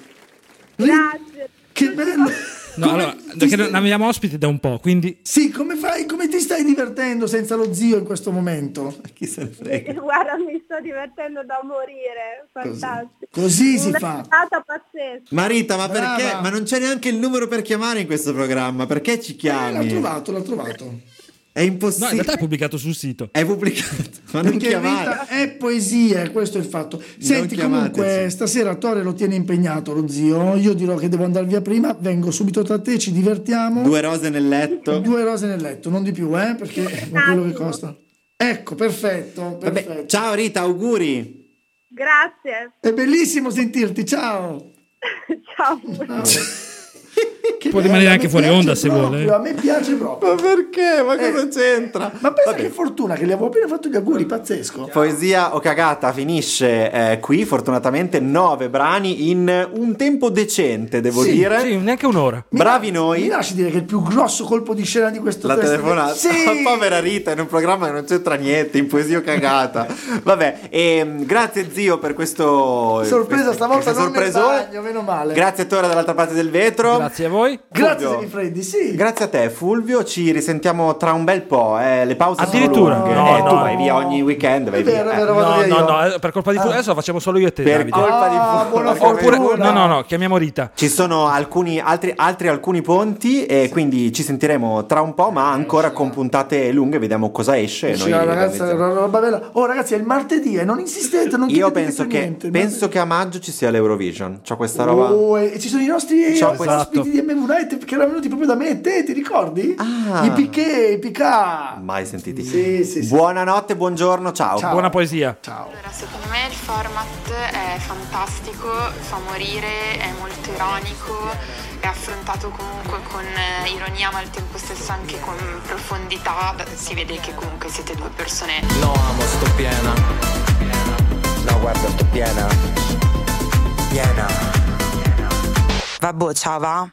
O: Grazie.
D: Che bello.
B: No, allora, perché non abbiamo ospiti da un po', quindi
D: Sì, come fai? Come ti stai divertendo senza lo zio in questo momento?
P: Chi se ne frega?
O: Guarda, mi sto divertendo da morire, fantastico.
D: Così si
O: Una
D: fa.
O: serata pazzesca.
P: Ma Rita, ma
O: Brava.
P: perché? Ma non c'è neanche il numero per chiamare in questo programma. Perché ci chiami?
D: l'ho Eh, trovato, l'ho trovato.
P: È impossibile.
B: Eh, No, in realtà è pubblicato sul sito.
P: È pubblicato. Ma non
D: Perché
P: chiamare.
D: vita è poesia, questo è il fatto. Senti,
P: chiamateci.
D: comunque, stasera Tore lo tiene impegnato lo zio. Io dirò che devo andare via prima. Vengo subito tra te, ci divertiamo.
P: Due rose nel letto.
D: Due rose nel letto, non di più, eh, perché è quello che costa. Ecco, perfetto.
P: Vabbè,
D: perfetto.
P: ciao Rita, auguri.
O: Grazie.
D: È bellissimo sentirti, ciao.
O: Ciao.
B: può rimanere anche fuori onda se vuole. eh.
D: A me piace proprio.
P: Ma perché? Eh. Ma
D: cosa
P: c'entra?
D: Ma pensa che fortuna che gli avevo appena fatto gli auguri, pazzesco.
E: Poesia o cagata finisce eh, qui, fortunatamente nove brani in un tempo decente, devo
D: Sì,
E: dire.
D: sì,
B: neanche un'ora.
E: Bravi
D: Mi
E: noi.
D: lasci dire che il più grosso colpo di scena di questo
E: La
D: testo-
E: telefonata,
D: Sì!
E: povera Rita, in un programma che non c'entra niente, in poesia o cagata. Vabbè, ehm, grazie zio per questo.
D: Sorpresa
E: questa-
D: stavolta
E: questa
D: non
E: sorpresone.
D: nel bagno, meno male.
E: Grazie Tore dall'altra parte del vetro. Grazie
B: a voi.
D: Grazie Semifreddi, sì.
E: Grazie a te Fulvio, ci risentiamo tra un bel po', eh. le pause
B: Addirittura?
E: sono lunghe.
B: No,
E: eh,
B: no.
E: tu vai via ogni weekend, vai via. eh.
B: no, no, no, eh, per colpa di Fulvio. Adesso lo facciamo solo io e te,
E: Per
B: Davide.
E: colpa
D: Ah,
E: di Fulvio.
B: Oppure, no, no, no, chiamiamo Rita.
E: Ci sono alcuni altri, altri alcuni ponti e quindi ci sentiremo tra un po', ma ancora con puntate lunghe, vediamo cosa esce. e
D: Sì,
E: noi
D: la ragazza è
E: organizziamo.
D: una roba bella. Oh, ragazzi, è il martedì, eh, non insistete, non
E: Io
D: chiedete
E: penso
D: più
E: che,
D: niente.
E: penso che a maggio ci sia l'Eurovision. C'ho questa roba.
D: Oh, e ci sono i nostri
E: Ciao,
D: ospiti
E: esatto.
D: di MV Night che erano venuti proprio da me e te, ti ricordi?
E: Ah.
D: I Piquet, i Picà.
E: Mai sentiti.
D: Sì, sì, sì.
E: Buonanotte, buongiorno, ciao.
D: Ciao. Buona
B: poesia.
D: Ciao.
Q: Allora, secondo me il format è fantastico, fa morire, è molto ironico, è affrontato comunque con eh, ironia ma al tempo stesso anche con profondità, si vede che comunque siete due persone.
M: No, amo, sto piena.
R: No, guarda, sto piena. Piena. Vabbè, ciao, va.